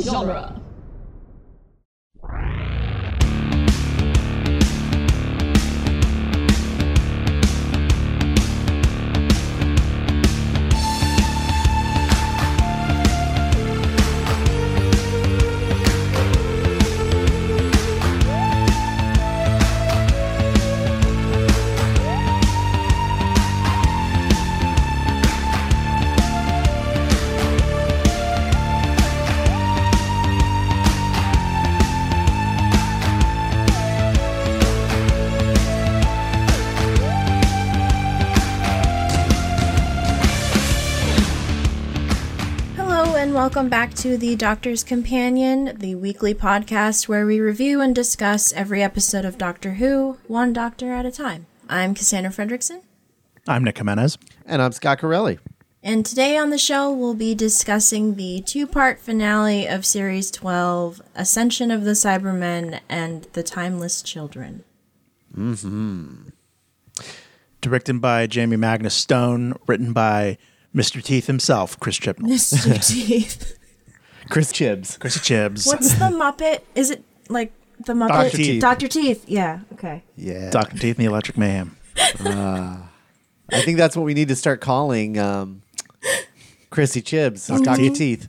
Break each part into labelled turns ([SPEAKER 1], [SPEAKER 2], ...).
[SPEAKER 1] genre.
[SPEAKER 2] Hello, and welcome back to The Doctor's Companion, the weekly podcast where we review and discuss every episode of Doctor Who, one doctor at a time. I'm Cassandra Fredrickson,
[SPEAKER 3] I'm Nick Jimenez.
[SPEAKER 4] And I'm Scott Corelli.
[SPEAKER 2] and today on the show we'll be discussing the two part finale of Series 12 Ascension of the Cybermen and The Timeless Children.
[SPEAKER 3] Directed by Jamie Magnus Stone, written by Mr. Teeth himself, Chris Chibnall.
[SPEAKER 2] Mr. Teeth.
[SPEAKER 4] Chris Chibbs.
[SPEAKER 3] Chris Chibs.
[SPEAKER 2] What's the Muppet? Is it like the Muppet?
[SPEAKER 3] Dr. Teeth.
[SPEAKER 2] Dr. Teeth, yeah, okay.
[SPEAKER 4] Yeah.
[SPEAKER 3] Dr. Teeth and the Electric Mayhem.
[SPEAKER 4] I think that's what we need to start calling um, Chrissy Chibbs. is Dr. Teeth.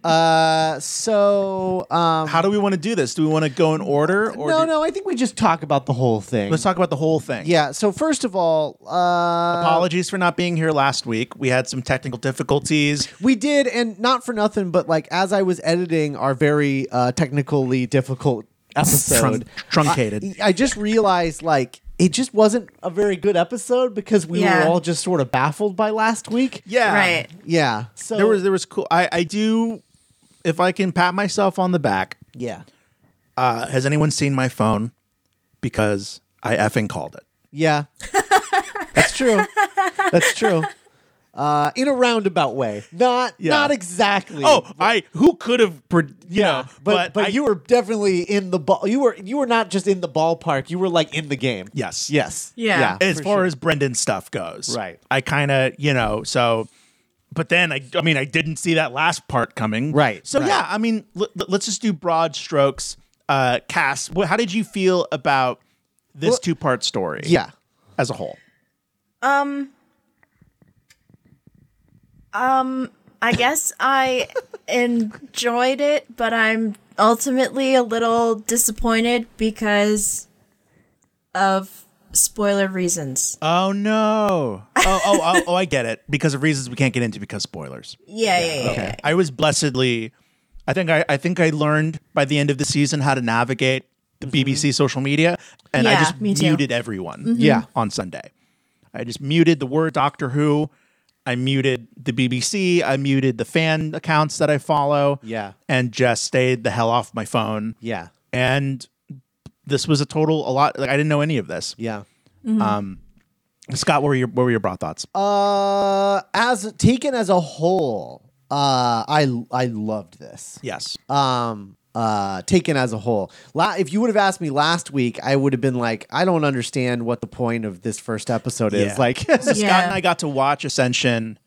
[SPEAKER 4] uh, so, um,
[SPEAKER 3] How do we want to do this? Do we want to go in order? Or
[SPEAKER 4] no,
[SPEAKER 3] do-
[SPEAKER 4] no, I think we just talk about the whole thing.
[SPEAKER 3] Let's talk about the whole thing.
[SPEAKER 4] Yeah. So, first of all, uh,
[SPEAKER 3] Apologies for not being here last week. We had some technical difficulties.
[SPEAKER 4] we did, and not for nothing, but like as I was editing our very uh, technically difficult episode,
[SPEAKER 3] Trun- truncated.
[SPEAKER 4] I just realized like it just wasn't a very good episode because we
[SPEAKER 2] Yeah.
[SPEAKER 4] were all just sort of baffled by last week.
[SPEAKER 3] yeah.
[SPEAKER 2] Right.
[SPEAKER 4] Yeah. So
[SPEAKER 3] There was there was cool I, I do if I can pat myself on the back.
[SPEAKER 4] yeah.
[SPEAKER 3] Uh, has anyone seen my phone? Because I effing called it.
[SPEAKER 4] Yeah. That's true. That's true. Uh, in a roundabout way. Not
[SPEAKER 3] Yeah.
[SPEAKER 4] not exactly.
[SPEAKER 3] Oh, I who could have pre- you know,
[SPEAKER 4] but but,
[SPEAKER 3] I-
[SPEAKER 4] you were definitely in the ball. You were you were not just in the ballpark. You were like in the game.
[SPEAKER 3] Yes.
[SPEAKER 4] Yes.
[SPEAKER 2] Yeah.
[SPEAKER 3] as
[SPEAKER 4] for
[SPEAKER 3] far
[SPEAKER 4] sure.
[SPEAKER 3] as Brendan stuff goes.
[SPEAKER 4] Right.
[SPEAKER 3] I kind of, you know, so but then I I mean I didn't see that last part coming.
[SPEAKER 4] Right,
[SPEAKER 3] So
[SPEAKER 4] right.
[SPEAKER 3] yeah, I mean l- l- let's just do broad strokes. Uh Cass, wh- how did you feel about this
[SPEAKER 4] Well-
[SPEAKER 3] two-part story?
[SPEAKER 4] yeah.
[SPEAKER 3] As a whole.
[SPEAKER 2] I guess I enjoyed it, but I'm ultimately a little disappointed because of spoiler reasons.
[SPEAKER 4] Uh,
[SPEAKER 3] Oh no. Oh oh oh, oh I get it because of reasons we can't get into because spoilers.
[SPEAKER 2] yeah, yeah, yeah. yeah.
[SPEAKER 3] I was blessedly. I think I, I think I learned by the end of the season how to navigate the BBC social media, and
[SPEAKER 2] Mm-hmm.
[SPEAKER 3] I
[SPEAKER 2] Yeah,
[SPEAKER 3] just
[SPEAKER 2] me too. Mm-hmm.
[SPEAKER 3] muted everyone.
[SPEAKER 4] Yeah.
[SPEAKER 3] on Sunday, I just muted the word Doctor Who. I muted the BBC. I muted the fan accounts that I follow.
[SPEAKER 4] Yeah.
[SPEAKER 3] and just stayed the hell off my phone.
[SPEAKER 4] Yeah.
[SPEAKER 3] and this was a total a lot. Like I didn't know any of this.
[SPEAKER 4] Yeah.
[SPEAKER 3] Scott, what were your what were your broad thoughts?
[SPEAKER 4] Uh, as taken as a whole, uh, I I loved this.
[SPEAKER 3] yes,
[SPEAKER 4] um uh taken as a whole La- if you would have asked me last week i would have been like i don't understand what the point of this first episode is
[SPEAKER 3] Yeah.
[SPEAKER 4] like
[SPEAKER 3] Scott
[SPEAKER 2] Yeah.
[SPEAKER 3] and I got to watch Ascension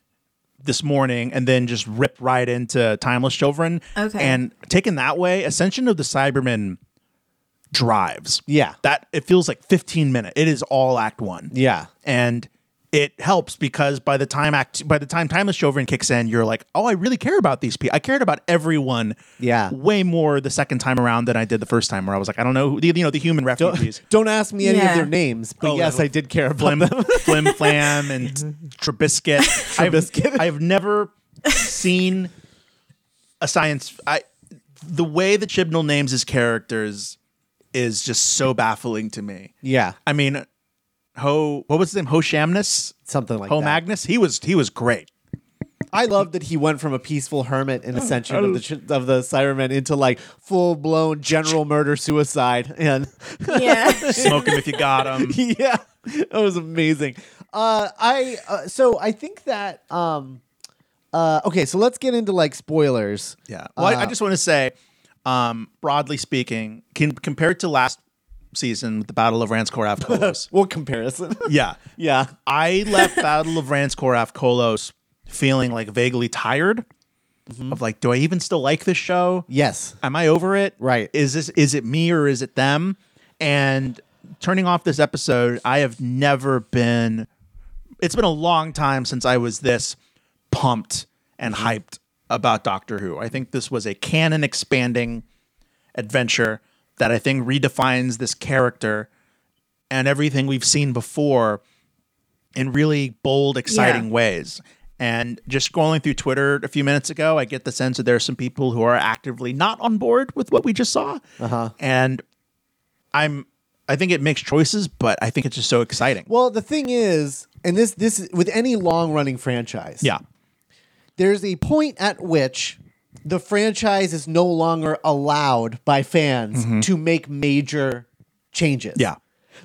[SPEAKER 3] this morning and then just rip right into Timeless Children.
[SPEAKER 2] Okay.
[SPEAKER 3] And taken that way, Ascension of the Cybermen drives.
[SPEAKER 4] Yeah.
[SPEAKER 3] That it feels like 15 minutes. It is all act one.
[SPEAKER 4] yeah
[SPEAKER 3] And it helps because by the time act by the time Timeless Children kicks in, you're like, oh, I really care about these people. I cared about everyone
[SPEAKER 4] Yeah.
[SPEAKER 3] way more the second time around than I did the first time where I was like, I don't know who the you know, the human refugees.
[SPEAKER 4] don't ask me any
[SPEAKER 2] Yeah.
[SPEAKER 4] of their names but
[SPEAKER 3] Oh,
[SPEAKER 4] yes
[SPEAKER 3] no.
[SPEAKER 4] i did care about
[SPEAKER 3] Flim,
[SPEAKER 4] them Mm-hmm.
[SPEAKER 3] Flim Flam and Trubiscuit. I've, I've never seen a science. I the way that Chibnall names his characters is just so baffling to me.
[SPEAKER 4] yeah
[SPEAKER 3] I mean, Ho, what was his name? Ho Shamness,
[SPEAKER 4] something like
[SPEAKER 3] Ho
[SPEAKER 4] that
[SPEAKER 3] Magnus. He was he was great.
[SPEAKER 4] i love that he went from a peaceful hermit in ascension of the ch- of the cybermen into like full-blown general murder suicide and
[SPEAKER 2] Yeah.
[SPEAKER 3] Smoke him if you got him.
[SPEAKER 4] yeah, that was amazing. Uh, I uh, so I think that um, uh, okay, so let's get into like spoilers. Uh,
[SPEAKER 3] Yeah. Well, I, I just want to say, um, broadly speaking, can, compared to last season with the Battle of Ranskorav Kolos.
[SPEAKER 4] Well, comparison.
[SPEAKER 3] yeah.
[SPEAKER 4] yeah,
[SPEAKER 3] I left Battle of Ranskorath Kolos feeling like vaguely tired of like, do I even still like this show?
[SPEAKER 4] Yes.
[SPEAKER 3] Am I over it?
[SPEAKER 4] Right.
[SPEAKER 3] Is this is it me or is it them? And turning off this episode, I have never been it's been a long time since I was this pumped and hyped about Doctor Who. I think this was a canon expanding adventure that I think redefines this character and everything we've seen before in really bold, exciting
[SPEAKER 2] Yeah.
[SPEAKER 3] ways. And just scrolling through Twitter a few minutes ago, I get the sense that there are some people who are actively not on board with what we just saw. Uh-huh. And I'm, I think it makes choices, but I think it's just so exciting.
[SPEAKER 4] Well, the thing is, and this this with any long running franchise,
[SPEAKER 3] yeah.
[SPEAKER 4] there's a point at which the franchise is no longer allowed by fans to make major changes.
[SPEAKER 3] Mm-hmm. Yeah.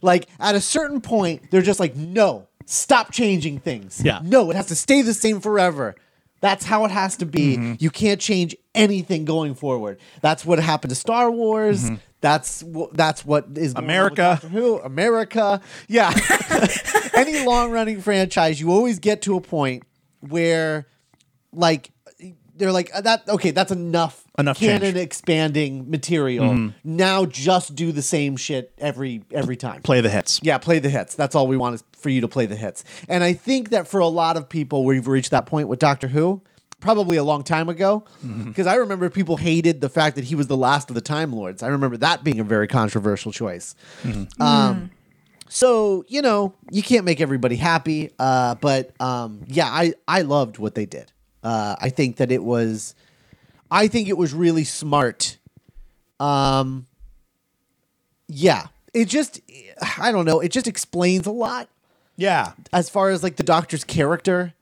[SPEAKER 4] Like at a certain point, they're just like, no, stop changing things.
[SPEAKER 3] Yeah.
[SPEAKER 4] No, it has to stay the same forever. That's how it has to be.
[SPEAKER 3] Mm-hmm.
[SPEAKER 4] You can't change anything going forward. That's what happened to Star Wars. That's wh- that's what is going on with
[SPEAKER 3] Mm-hmm. America.
[SPEAKER 4] Doctor Who, America. Yeah. Any long running franchise, you always get to a point where like they're like "Uh, that okay that's enough
[SPEAKER 3] Enough
[SPEAKER 4] canon
[SPEAKER 3] change. Mm-hmm.
[SPEAKER 4] expanding material now just do the same shit every every time
[SPEAKER 3] Play the hits.
[SPEAKER 4] yeah play the hits that's all we want is for you to play the hits and i think that for a lot of people we've reached that point with doctor who probably a long time ago because i remember people hated the fact that he was the last of the time lords i remember that being a very controversial choice Um, so you know you can't make everybody happy, uh, but um, yeah, I I loved what they did. Uh, I think that it was, I think it was really smart. Um, yeah, it just I don't know. It just explains a lot
[SPEAKER 3] Yeah.
[SPEAKER 4] as far as like the doctor's character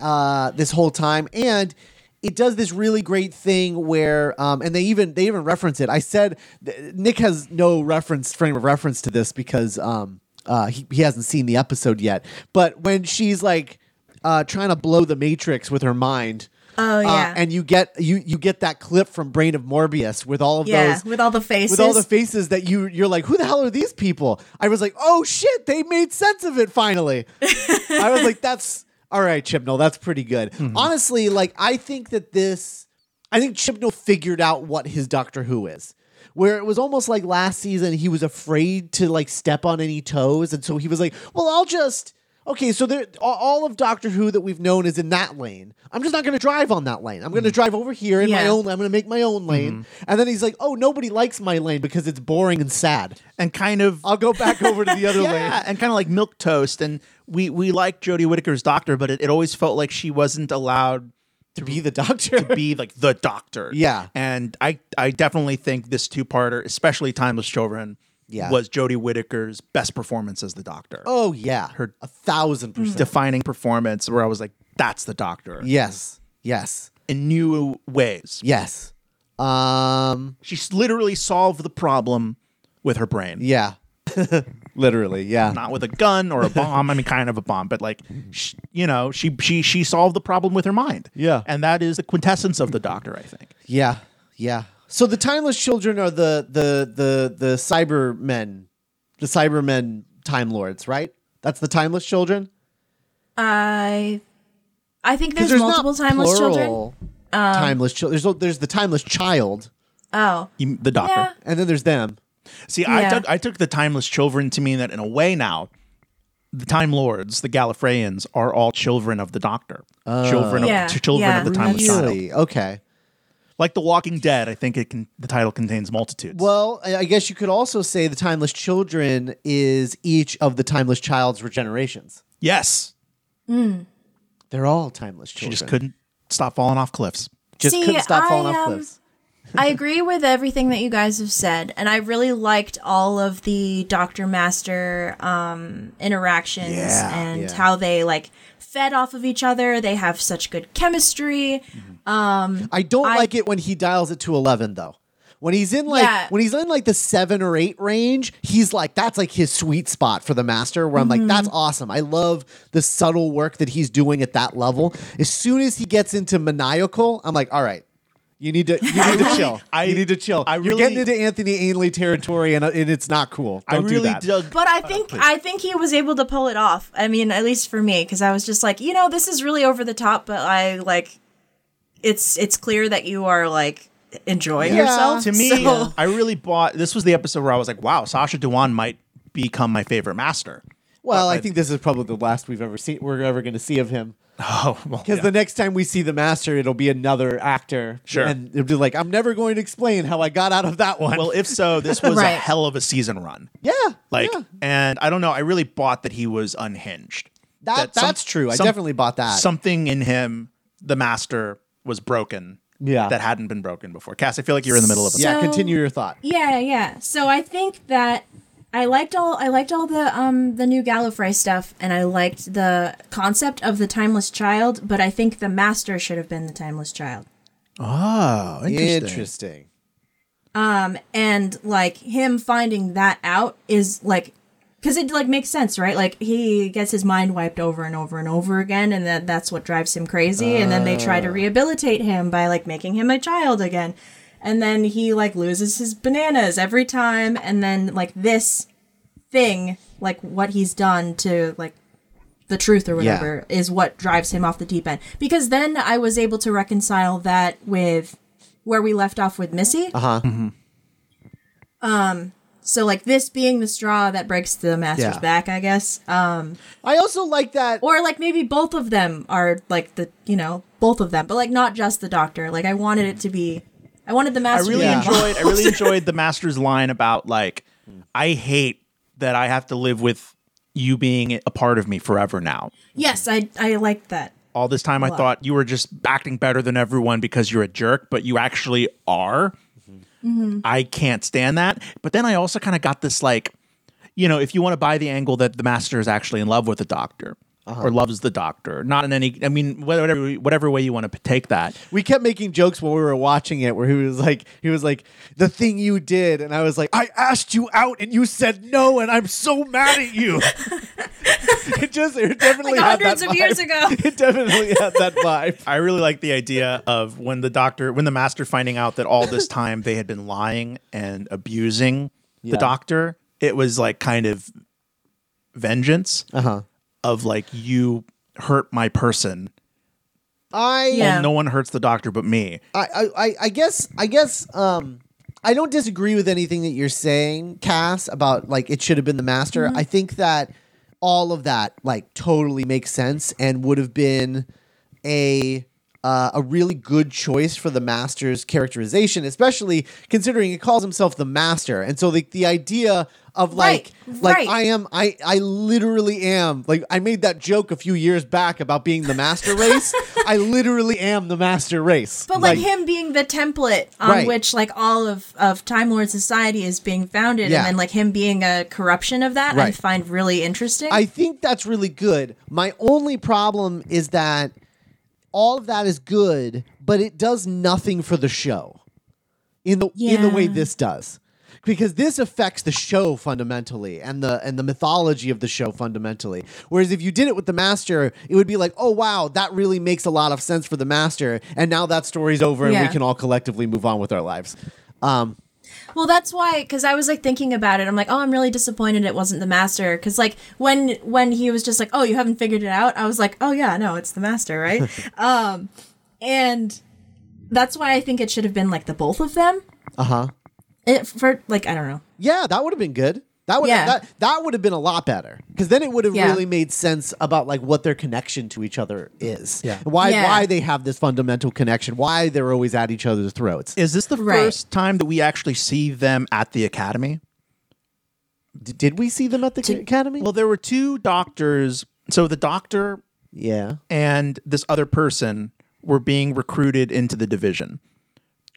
[SPEAKER 4] uh this whole time and it does this really great thing where um and they even they even reference it i said th- nick has no reference frame of reference to this because um uh he, he hasn't seen the episode yet but when she's like uh trying to blow the matrix with her mind
[SPEAKER 2] Oh,
[SPEAKER 4] uh,
[SPEAKER 2] yeah.
[SPEAKER 4] and you get you you get that clip from brain of morbius with all of
[SPEAKER 2] Yeah,
[SPEAKER 4] those
[SPEAKER 2] with all the faces.
[SPEAKER 4] with all the faces that you you're like, who the hell are these people? I was like, oh shit, they made sense of it finally. I was like, that's all right, Chibnall, that's pretty good. Honestly, like I think that this, I think Chibnall figured out what his Doctor Who is. Where it was almost like last season, he was afraid to like step on any toes, and so he was like, well, I'll just. Okay, so there, a- all of Doctor Who that we've known is in that lane. I'm just not going to drive on that lane. I'm going to drive over here in my
[SPEAKER 2] Yeah.
[SPEAKER 4] own. I'm going to make my own lane.
[SPEAKER 3] Mm-hmm.
[SPEAKER 4] And then he's like, "Oh, nobody likes my lane because it's boring and sad.
[SPEAKER 3] And kind of
[SPEAKER 4] I'll go back over to the other lane."
[SPEAKER 3] yeah, and kind of like milk toast. And we we like Jodie Whittaker's doctor, but it, it always felt like she wasn't allowed
[SPEAKER 4] To be the doctor.
[SPEAKER 3] to be like the doctor.
[SPEAKER 4] Yeah.
[SPEAKER 3] and I I definitely think this two parter, especially Timeless Children,
[SPEAKER 4] Yeah.
[SPEAKER 3] was Jodie Whittaker's best performance as the doctor.
[SPEAKER 4] oh yeah,
[SPEAKER 3] Her- Mm.
[SPEAKER 4] a thousand percent.
[SPEAKER 3] Defining performance where I was like, that's the doctor
[SPEAKER 4] Yes, yes,
[SPEAKER 3] in new ways.
[SPEAKER 4] yes. Um,
[SPEAKER 3] She s- literally solved the problem with her brain.
[SPEAKER 4] yeah, literally, yeah.
[SPEAKER 3] Not with a gun or a bomb. I mean, kind of a bomb, but like, sh you know, she she she solved the problem with her mind.
[SPEAKER 4] Yeah.
[SPEAKER 3] and that is the quintessence of the Doctor, I think.
[SPEAKER 4] Yeah, yeah. So the timeless children are the the the the Cybermen, the Cybermen Time Lords, right? That's the timeless children.
[SPEAKER 2] I, I think
[SPEAKER 4] 'Cause
[SPEAKER 2] there's, multiple timeless children. Um,
[SPEAKER 4] plural timeless children. There's there's the timeless child,
[SPEAKER 2] Oh,
[SPEAKER 3] You- The Doctor.
[SPEAKER 2] yeah.
[SPEAKER 4] and then there's them.
[SPEAKER 3] See, I
[SPEAKER 2] Yeah.
[SPEAKER 3] took I took the timeless children to mean that in a way now, the Time Lords, the Gallifreyans, are all children of the Doctor, children of
[SPEAKER 2] Yeah,
[SPEAKER 3] ch- children
[SPEAKER 2] yeah.
[SPEAKER 3] of the timeless child.
[SPEAKER 4] Oh. Really? Okay.
[SPEAKER 3] Like the Walking Dead, I think it can. The title contains multitudes.
[SPEAKER 4] Well, I I guess you could also say the timeless children is each of the timeless child's regenerations.
[SPEAKER 3] yes,
[SPEAKER 4] They're all timeless
[SPEAKER 3] she
[SPEAKER 4] children.
[SPEAKER 3] just couldn't stop falling off cliffs.
[SPEAKER 4] Just
[SPEAKER 2] See,
[SPEAKER 4] couldn't stop falling
[SPEAKER 2] I,
[SPEAKER 4] off
[SPEAKER 2] um,
[SPEAKER 4] cliffs.
[SPEAKER 2] I agree with everything that you guys have said, and I really liked all of the Doctor Master um, interactions
[SPEAKER 3] Yeah,
[SPEAKER 2] and
[SPEAKER 4] yeah.
[SPEAKER 2] how they like fed off of each other. They have such good chemistry.
[SPEAKER 4] I don't
[SPEAKER 2] I-
[SPEAKER 4] like it when he dials it to eleven though. When he's in like
[SPEAKER 2] Yeah.
[SPEAKER 4] when he's in like the seven or eight range, he's like that's like his sweet spot for the master. Where I'm like, that's
[SPEAKER 2] Mm-hmm.
[SPEAKER 4] awesome. I love the subtle work that he's doing at that level. As soon as he gets into maniacal, I'm like, all right, you need to you need to chill.
[SPEAKER 3] I-
[SPEAKER 4] you need to chill.
[SPEAKER 3] I
[SPEAKER 4] You're
[SPEAKER 3] really-
[SPEAKER 4] getting into Anthony Ainley territory, and, and it's not cool. Don't
[SPEAKER 3] I
[SPEAKER 4] do
[SPEAKER 3] really
[SPEAKER 4] that.
[SPEAKER 3] dug.
[SPEAKER 2] But I think I think he was able to pull it off. I mean, at least for me, because I was just like, you know, this is really over the top, but I like it's it's clear that you are like enjoying
[SPEAKER 4] Yeah.
[SPEAKER 2] yourself.
[SPEAKER 3] to me,
[SPEAKER 2] so-
[SPEAKER 3] I really bought. This was the episode where I was like, "Wow, Sasha Dewan might become my favorite master."
[SPEAKER 4] Well, I think this is probably the last we've ever seen. We're ever going to see of him
[SPEAKER 3] Oh, well,
[SPEAKER 4] because
[SPEAKER 3] yeah.
[SPEAKER 4] the next time we see the master, it'll be another actor.
[SPEAKER 3] Sure.
[SPEAKER 4] and it'll be like, I'm never going to explain how I got out of that one.
[SPEAKER 3] well, if so, this was a
[SPEAKER 2] Right.
[SPEAKER 3] hell of a season run.
[SPEAKER 4] yeah,
[SPEAKER 3] Like,
[SPEAKER 4] yeah.
[SPEAKER 3] and I don't know. I really bought that he was unhinged.
[SPEAKER 4] That-
[SPEAKER 3] some-
[SPEAKER 4] that's true. I
[SPEAKER 3] some-
[SPEAKER 4] definitely bought that.
[SPEAKER 3] Something in him, the master, was broken.
[SPEAKER 4] Yeah.
[SPEAKER 3] that hadn't been broken before. Cass, I feel like you're in the middle of a
[SPEAKER 4] yeah.
[SPEAKER 2] So-
[SPEAKER 4] Continue your thought.
[SPEAKER 2] Yeah, yeah. So I think that I liked all I liked all the um the new Gallifrey stuff, and I liked the concept of the timeless child. But I think the master should have been the timeless child,
[SPEAKER 3] Oh,
[SPEAKER 4] Interesting.
[SPEAKER 2] and like him finding that out is like. Cause it like makes sense, right? Like he gets his mind wiped over and over and over again, and that that's what drives him crazy. and then they try to rehabilitate him by like making him a child again, and then he like loses his bananas every time. And then like this thing, like what he's done to like the truth or whatever, is what drives him off the deep end. Because then I was able to reconcile that with where we left off with Missy. Uh
[SPEAKER 4] Uh-huh.
[SPEAKER 2] huh. Um. So like this being the straw that breaks the master's
[SPEAKER 4] Um, Yeah.
[SPEAKER 2] back, I guess. Um.
[SPEAKER 4] I also like that.
[SPEAKER 2] Or like maybe both of them are like the you know both of them, but like not just the doctor. Like I wanted it to be. I wanted the
[SPEAKER 3] I
[SPEAKER 2] master.
[SPEAKER 3] really
[SPEAKER 2] to be
[SPEAKER 4] Yeah.
[SPEAKER 3] enjoyed. I really enjoyed the master's line about like, I hate that I have to live with you being a part of me forever now.
[SPEAKER 2] Yes, I I liked that.
[SPEAKER 4] Oh,
[SPEAKER 3] All this time, I thought you were just acting better than everyone because you're a jerk, but you actually are. I can't stand that. But then I also kind of got this like, you know, if you want to buy the angle that the master is actually in love with the doctor or loves the doctor, not in any. I mean, whatever whatever way you want to take that.
[SPEAKER 4] we kept making jokes while we were watching it where he was like he was like the thing you did and i was like i asked you out and you said no and i'm so mad at you it just it definitely
[SPEAKER 2] Like
[SPEAKER 4] had that
[SPEAKER 2] hundreds of years
[SPEAKER 4] vibe.
[SPEAKER 2] ago.
[SPEAKER 4] it definitely had that vibe
[SPEAKER 3] I really like the idea of when the doctor, when the master finding out that all this time they had been lying and abusing the
[SPEAKER 4] Yeah.
[SPEAKER 3] doctor, it was like kind of vengeance of like, you hurt my person.
[SPEAKER 4] i
[SPEAKER 2] Yeah.
[SPEAKER 3] No one hurts the doctor but me.
[SPEAKER 4] I, I- I, I guess I guess um I don't disagree with anything that you're saying, Cass, about like it should have been the master.
[SPEAKER 2] Mm-hmm.
[SPEAKER 4] I think that all of that like totally makes sense and would have been a uh, a really good choice for the master's characterization, especially considering he calls himself the master. And so like the idea of like
[SPEAKER 2] Right,
[SPEAKER 4] like
[SPEAKER 2] right.
[SPEAKER 4] I am I I literally am like I made that joke a few years back about being the master race. I literally am the master race.
[SPEAKER 2] But like, him being the template on
[SPEAKER 4] Right.
[SPEAKER 2] which like all of of Time Lord society is being founded,
[SPEAKER 4] Yeah.
[SPEAKER 2] and then like him being a corruption of that, I
[SPEAKER 4] Right.
[SPEAKER 2] find really interesting.
[SPEAKER 4] I think that's really good. My only problem is that all of that is good, but it does nothing for the show in the in the way
[SPEAKER 2] Yeah.
[SPEAKER 4] this does. Because this affects the show fundamentally and the and the mythology of the show fundamentally. Whereas if you did it with the master, it would be like, oh wow, that really makes a lot of sense for the master, and now that story's over and
[SPEAKER 2] Yeah.
[SPEAKER 4] we can all collectively move on with our lives. Um,
[SPEAKER 2] Well, that's why, because I was like thinking about it. I'm like, oh, I'm really disappointed it wasn't the master. Because like when when he was just like, oh, you haven't figured it out. I was like, oh yeah, no, it's the master, right? um, and that's why I think it should have been like the both of them. Uh huh. For like, I don't know.
[SPEAKER 4] Yeah, that would have been good. That would
[SPEAKER 2] Yeah.
[SPEAKER 4] that that would have been a lot better because then it would have
[SPEAKER 2] Yeah.
[SPEAKER 4] really made sense about like what their connection to each other is.
[SPEAKER 3] Yeah.
[SPEAKER 4] Why
[SPEAKER 2] Yeah.
[SPEAKER 4] why they have this fundamental connection? Why they're always at each other's throats?
[SPEAKER 3] Is this the
[SPEAKER 2] Right.
[SPEAKER 3] first time that we actually see them at the academy?
[SPEAKER 4] D- did we see them at the academy?
[SPEAKER 3] Well, there were two doctors. So the doctor
[SPEAKER 4] yeah.
[SPEAKER 3] and this other person were being recruited into the division.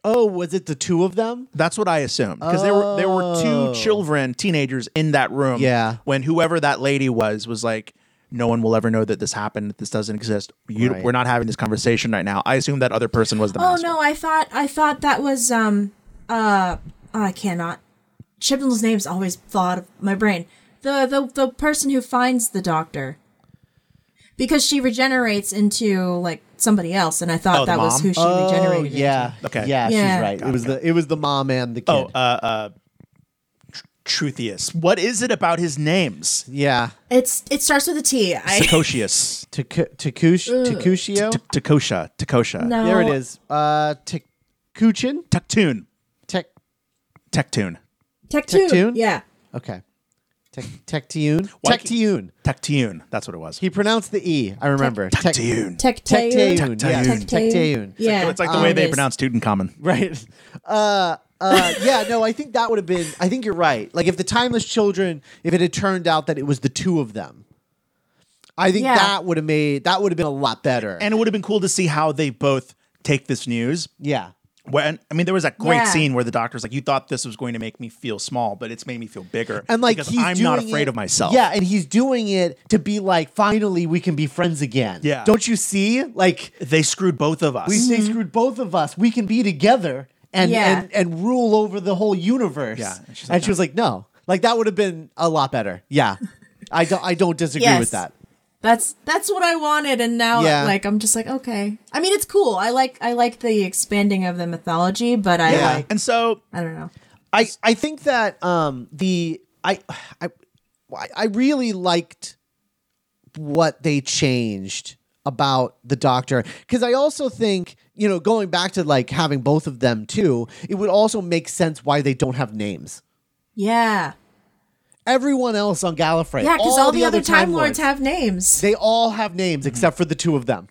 [SPEAKER 4] Oh, was it the two of them?
[SPEAKER 3] That's what I assumed because there were there were two children, teenagers in that room.
[SPEAKER 4] Oh. Yeah.
[SPEAKER 3] When whoever that lady was was like, no one will ever know that this happened. That this doesn't exist. You,
[SPEAKER 4] Right.
[SPEAKER 3] We're not having this conversation right now. I assume that other person was the
[SPEAKER 2] Oh
[SPEAKER 3] master.
[SPEAKER 2] no, I thought I thought that was um uh oh, I cannot. Chibnall's name's always thought of my brain. The the the person who finds the doctor. Because she regenerates into like somebody else and I thought
[SPEAKER 3] Oh, the
[SPEAKER 2] that was
[SPEAKER 3] mom?
[SPEAKER 2] who she
[SPEAKER 4] Oh
[SPEAKER 2] regenerated into.
[SPEAKER 4] yeah.
[SPEAKER 3] Okay.
[SPEAKER 2] Yeah.
[SPEAKER 4] Yeah,
[SPEAKER 3] uh,
[SPEAKER 4] she's right. it was the it was the mom and the kid.
[SPEAKER 3] Oh, uh, uh, Tr- Truthius. What is it about his names?
[SPEAKER 4] Yeah.
[SPEAKER 2] It's it starts with a T. I
[SPEAKER 3] Takoshius.
[SPEAKER 4] Taku- Takush Takushio?
[SPEAKER 3] T- Takosha. Takosha.
[SPEAKER 2] no.
[SPEAKER 4] There it is. Uh Takuchin?
[SPEAKER 3] Tektoon.
[SPEAKER 4] Tech
[SPEAKER 3] Tektoon.
[SPEAKER 2] Tech
[SPEAKER 4] Tectoon?
[SPEAKER 2] Yeah.
[SPEAKER 4] Okay. Tech Tectiun?
[SPEAKER 3] Why-
[SPEAKER 4] Tectiun.
[SPEAKER 3] Tektoon. That's what it was.
[SPEAKER 4] He pronounced the E, I remember. Tec-
[SPEAKER 3] Tektoon.
[SPEAKER 2] Tech
[SPEAKER 4] Tectaeun. Yes.
[SPEAKER 3] Tectaeun.
[SPEAKER 4] Tectaeun.
[SPEAKER 2] Yeah.
[SPEAKER 3] So it's like the
[SPEAKER 2] um,
[SPEAKER 3] way
[SPEAKER 2] it
[SPEAKER 3] they
[SPEAKER 2] is.
[SPEAKER 3] pronounce Tutankhamun.
[SPEAKER 4] Right. Uh uh, yeah, no, I think that would have been. I think you're right. Like, if the Timeless Children, if it had turned out that it was the two of them, I think
[SPEAKER 2] Yeah.
[SPEAKER 4] that would have made that would have been a lot better.
[SPEAKER 3] And it would have been cool to see how they both take this news.
[SPEAKER 4] yeah,
[SPEAKER 3] When I mean, there was that great
[SPEAKER 2] Yeah.
[SPEAKER 3] scene where the doctor's like, "You thought this was going to make me feel small, but it's made me feel bigger."
[SPEAKER 4] and like
[SPEAKER 3] because
[SPEAKER 4] he's
[SPEAKER 3] I'm not
[SPEAKER 4] doing
[SPEAKER 3] afraid
[SPEAKER 4] it-
[SPEAKER 3] of myself.
[SPEAKER 4] Yeah, and he's doing it to be like, finally, we can be friends again.
[SPEAKER 3] Yeah.
[SPEAKER 4] don't you see? Like,
[SPEAKER 3] they screwed both of us.
[SPEAKER 4] we they screwed both of us. We can be together and
[SPEAKER 2] Mm-hmm. Yeah.
[SPEAKER 4] and, and rule over the whole universe.
[SPEAKER 3] Yeah,
[SPEAKER 4] and,
[SPEAKER 3] and she's
[SPEAKER 4] she was like, no, like that would have been a lot better. Yeah, I don't, I don't disagree
[SPEAKER 2] Yes.
[SPEAKER 4] with that.
[SPEAKER 2] That's that's what I wanted, and now
[SPEAKER 4] Yeah.
[SPEAKER 2] like I'm just like okay. I mean, it's cool. I like I like the expanding of the mythology, but I
[SPEAKER 4] Yeah.
[SPEAKER 2] like
[SPEAKER 3] and so
[SPEAKER 2] I don't know.
[SPEAKER 4] I I think that um the I I I- I really liked what they changed about the doctor because I also think you know going back to like having both of them too it would also make sense why they don't have names
[SPEAKER 2] Yeah,
[SPEAKER 4] everyone else on Gallifrey
[SPEAKER 2] yeah, because all, the, other Time Lords have names.
[SPEAKER 4] they all have
[SPEAKER 2] Mm-hmm.
[SPEAKER 4] names except for the two of them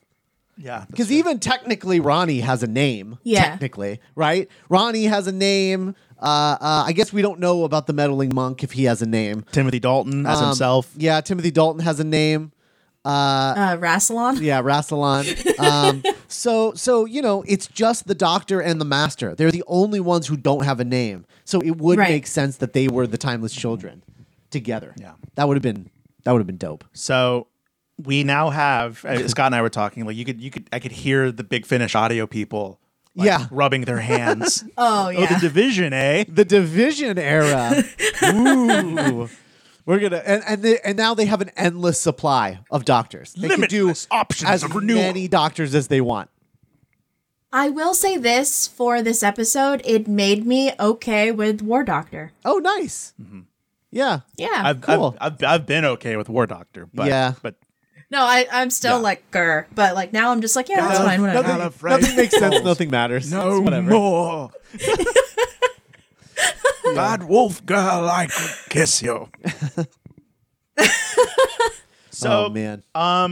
[SPEAKER 3] yeah,
[SPEAKER 4] because even technically Ronnie has a name.
[SPEAKER 2] Yeah.
[SPEAKER 4] Technically, right? Ronnie has a name. Uh, uh, I guess we don't know about the meddling monk if he has a name.
[SPEAKER 3] Timothy Dalton as
[SPEAKER 4] Um,
[SPEAKER 3] himself.
[SPEAKER 4] Yeah, Timothy Dalton has a name.
[SPEAKER 2] uh, Rassilon.
[SPEAKER 4] Yeah, Rassilon. um, so, so you know, it's just the Doctor and the Master. They're the only ones who don't have a name. So it would
[SPEAKER 2] Right.
[SPEAKER 4] make sense that they were the Timeless Children together.
[SPEAKER 3] Yeah.
[SPEAKER 4] that would have been that would have been dope.
[SPEAKER 3] So we now have uh, Scott and I were talking. Like you could, you could, I could hear the Big Finish audio people. like,
[SPEAKER 4] Yeah.
[SPEAKER 3] rubbing their hands.
[SPEAKER 2] Oh
[SPEAKER 3] Oh, the
[SPEAKER 2] yeah,
[SPEAKER 3] division, eh?
[SPEAKER 4] the division era. Ooh. We're gonna and and, they, and now they have an endless supply of doctors. They
[SPEAKER 3] Limitless
[SPEAKER 4] can do
[SPEAKER 3] options
[SPEAKER 4] as
[SPEAKER 3] of renewal.
[SPEAKER 4] many doctors as they want.
[SPEAKER 2] I will say this for this episode, it made me okay with War Doctor.
[SPEAKER 4] Oh, nice.
[SPEAKER 3] Mm-hmm.
[SPEAKER 4] Yeah,
[SPEAKER 2] Yeah,
[SPEAKER 3] I've,
[SPEAKER 4] Cool.
[SPEAKER 3] I've, I've I've been okay with War Doctor, but
[SPEAKER 4] Yeah.
[SPEAKER 3] but
[SPEAKER 2] no, I I'm still like grr, but like now I'm just like yeah, that's fine. Whatever.
[SPEAKER 4] nothing,
[SPEAKER 3] Gallifrey
[SPEAKER 4] nothing makes sense. Nothing matters. It's whatever.
[SPEAKER 3] more. Bad wolf girl, I could kiss you. so
[SPEAKER 4] oh man,
[SPEAKER 3] uh,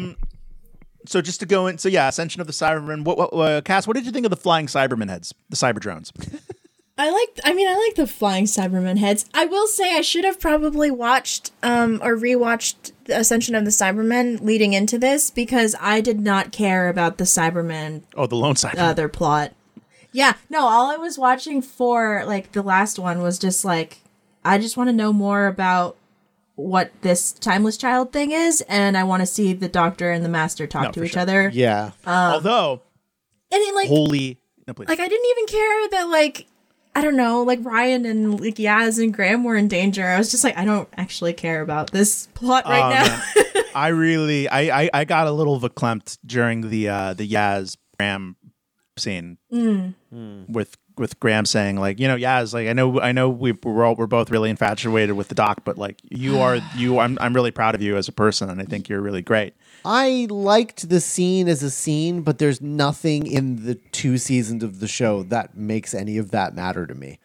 [SPEAKER 3] so just to go in, so yeah, Ascension of the Cybermen. What, what uh, Cass? What did you think of the flying Cybermen heads, the Cyber drones?
[SPEAKER 2] I like I mean I like the flying Cybermen heads. I will say I should have probably watched um or rewatched the Ascension of the Cybermen leading into this because I did not care about the Cybermen
[SPEAKER 3] Oh, the lone Cybermen.
[SPEAKER 2] other plot. Yeah, no, all I was watching for like the last one was just like I just want to know more about what this timeless child thing is and I want to see the doctor and the master talk to
[SPEAKER 3] for
[SPEAKER 2] each
[SPEAKER 3] sure.
[SPEAKER 2] other.
[SPEAKER 4] yeah,
[SPEAKER 3] Although,
[SPEAKER 2] And it, like
[SPEAKER 3] holy, no, please.
[SPEAKER 2] like I didn't even care that like I don't know, like Ryan and like Yaz and Graham were in danger. I was just like, I don't actually care about this plot
[SPEAKER 3] Oh,
[SPEAKER 2] right now.
[SPEAKER 3] I really, I, I, I got a little verklempt during the uh, the Yaz Graham scene with with Graham saying like, you know, Yaz, like I know, I know we we're all, we're both really infatuated with the doc, but like you are, you, I'm, I'm really proud of you as a person, and I think you're really great.
[SPEAKER 4] I liked the scene as a scene, but there's nothing in the two seasons of the show that makes any of that matter to me.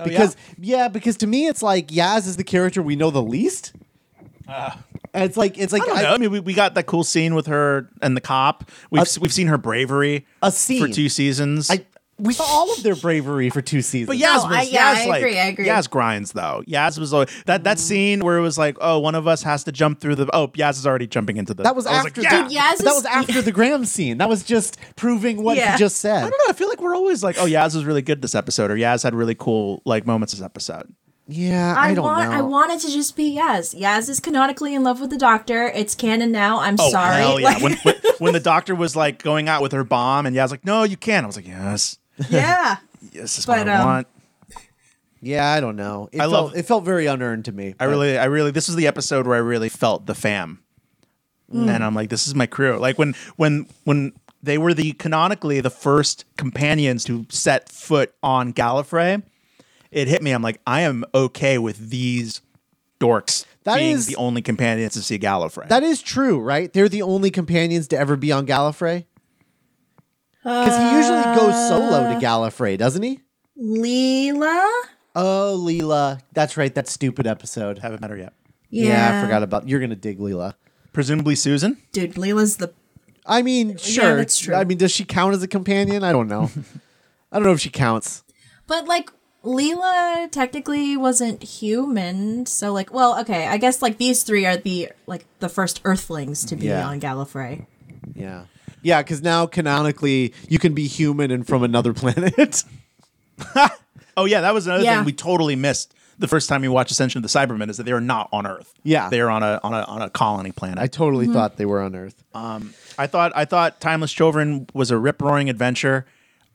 [SPEAKER 3] Oh,
[SPEAKER 4] Because yeah? because to me it's like Yaz is the character we know the least. and it's like it's like
[SPEAKER 3] Ah. I don't know. I mean, we, we got that cool scene with her and the cop. We've s- we've seen her bravery
[SPEAKER 4] a scene.
[SPEAKER 3] for two seasons.
[SPEAKER 4] I- we saw all of their bravery for two seasons.
[SPEAKER 3] But Yaz was
[SPEAKER 2] No, I- yeah,
[SPEAKER 3] Yaz,
[SPEAKER 2] I
[SPEAKER 3] like,
[SPEAKER 2] agree, I agree. Mm.
[SPEAKER 3] Yaz grinds though. Yaz was like that that scene where it was like, oh, one of us has to jump through the oh, Yaz is already jumping into the
[SPEAKER 4] that was
[SPEAKER 3] I
[SPEAKER 4] after
[SPEAKER 3] like, yeah.
[SPEAKER 4] dude,
[SPEAKER 2] Dude, Yaz
[SPEAKER 4] but that
[SPEAKER 2] is-
[SPEAKER 4] was after the Graham scene. That was just proving what
[SPEAKER 2] Yeah.
[SPEAKER 4] he just said.
[SPEAKER 3] I don't know. I feel like we're always like, oh, Yaz was really good this episode, or Yaz had really cool like moments this episode.
[SPEAKER 4] Yeah, I,
[SPEAKER 2] I,
[SPEAKER 4] don't
[SPEAKER 2] want
[SPEAKER 4] know.
[SPEAKER 2] I want it to just be Yaz. Yaz is canonically in love with the doctor. It's canon now. I'm
[SPEAKER 3] Oh
[SPEAKER 2] sorry.
[SPEAKER 3] hell yeah!
[SPEAKER 2] Like-
[SPEAKER 3] when, when when the doctor was like going out with her bomb, and Yaz like, no, you can't. I was like, yes,
[SPEAKER 2] yeah.
[SPEAKER 3] yes, this is
[SPEAKER 2] But,
[SPEAKER 3] what I
[SPEAKER 2] um,
[SPEAKER 3] want.
[SPEAKER 4] yeah, I don't know. It
[SPEAKER 3] I
[SPEAKER 4] felt,
[SPEAKER 3] love-
[SPEAKER 4] it felt very unearned to me.
[SPEAKER 3] I really, I really, this is the episode where I really felt the fam.
[SPEAKER 4] Hmm.
[SPEAKER 3] And I'm like, this is my crew. Like when, when, when they were the canonically the first companions to set foot on Gallifrey, it hit me. I'm like, I am okay with these dorks
[SPEAKER 4] That
[SPEAKER 3] being
[SPEAKER 4] is-
[SPEAKER 3] the only companions to see Gallifrey.
[SPEAKER 4] That is true, right? They're the only companions to ever be on Gallifrey. Because he usually goes solo
[SPEAKER 2] Uh.
[SPEAKER 4] to Gallifrey, doesn't he?
[SPEAKER 2] Leela?
[SPEAKER 4] Oh, Leela. That's right. That stupid episode.
[SPEAKER 3] haven't met her yet.
[SPEAKER 4] Yeah, I forgot about. You're gonna dig Leela.
[SPEAKER 3] Presumably Susan.
[SPEAKER 2] Dude, Leela's the
[SPEAKER 4] I mean, sure.
[SPEAKER 2] that's true.
[SPEAKER 4] I mean, does she count as a companion? I don't know. I don't know if she counts.
[SPEAKER 2] But like Leela technically wasn't human, so like well, okay, I guess like these three are the like the first earthlings to be
[SPEAKER 4] Yeah.
[SPEAKER 2] on Gallifrey.
[SPEAKER 4] Yeah. Yeah, because now canonically you can be human and from another planet.
[SPEAKER 3] Oh yeah, that was another
[SPEAKER 2] Yeah.
[SPEAKER 3] thing we totally missed the first time you watch Ascension of the Cybermen is that they are not on Earth.
[SPEAKER 4] Yeah.
[SPEAKER 3] they're on a on a on a colony planet.
[SPEAKER 4] I totally
[SPEAKER 2] Mm-hmm.
[SPEAKER 4] thought they were on Earth.
[SPEAKER 2] Ah.
[SPEAKER 3] I thought I thought Timeless Children was a rip roaring adventure.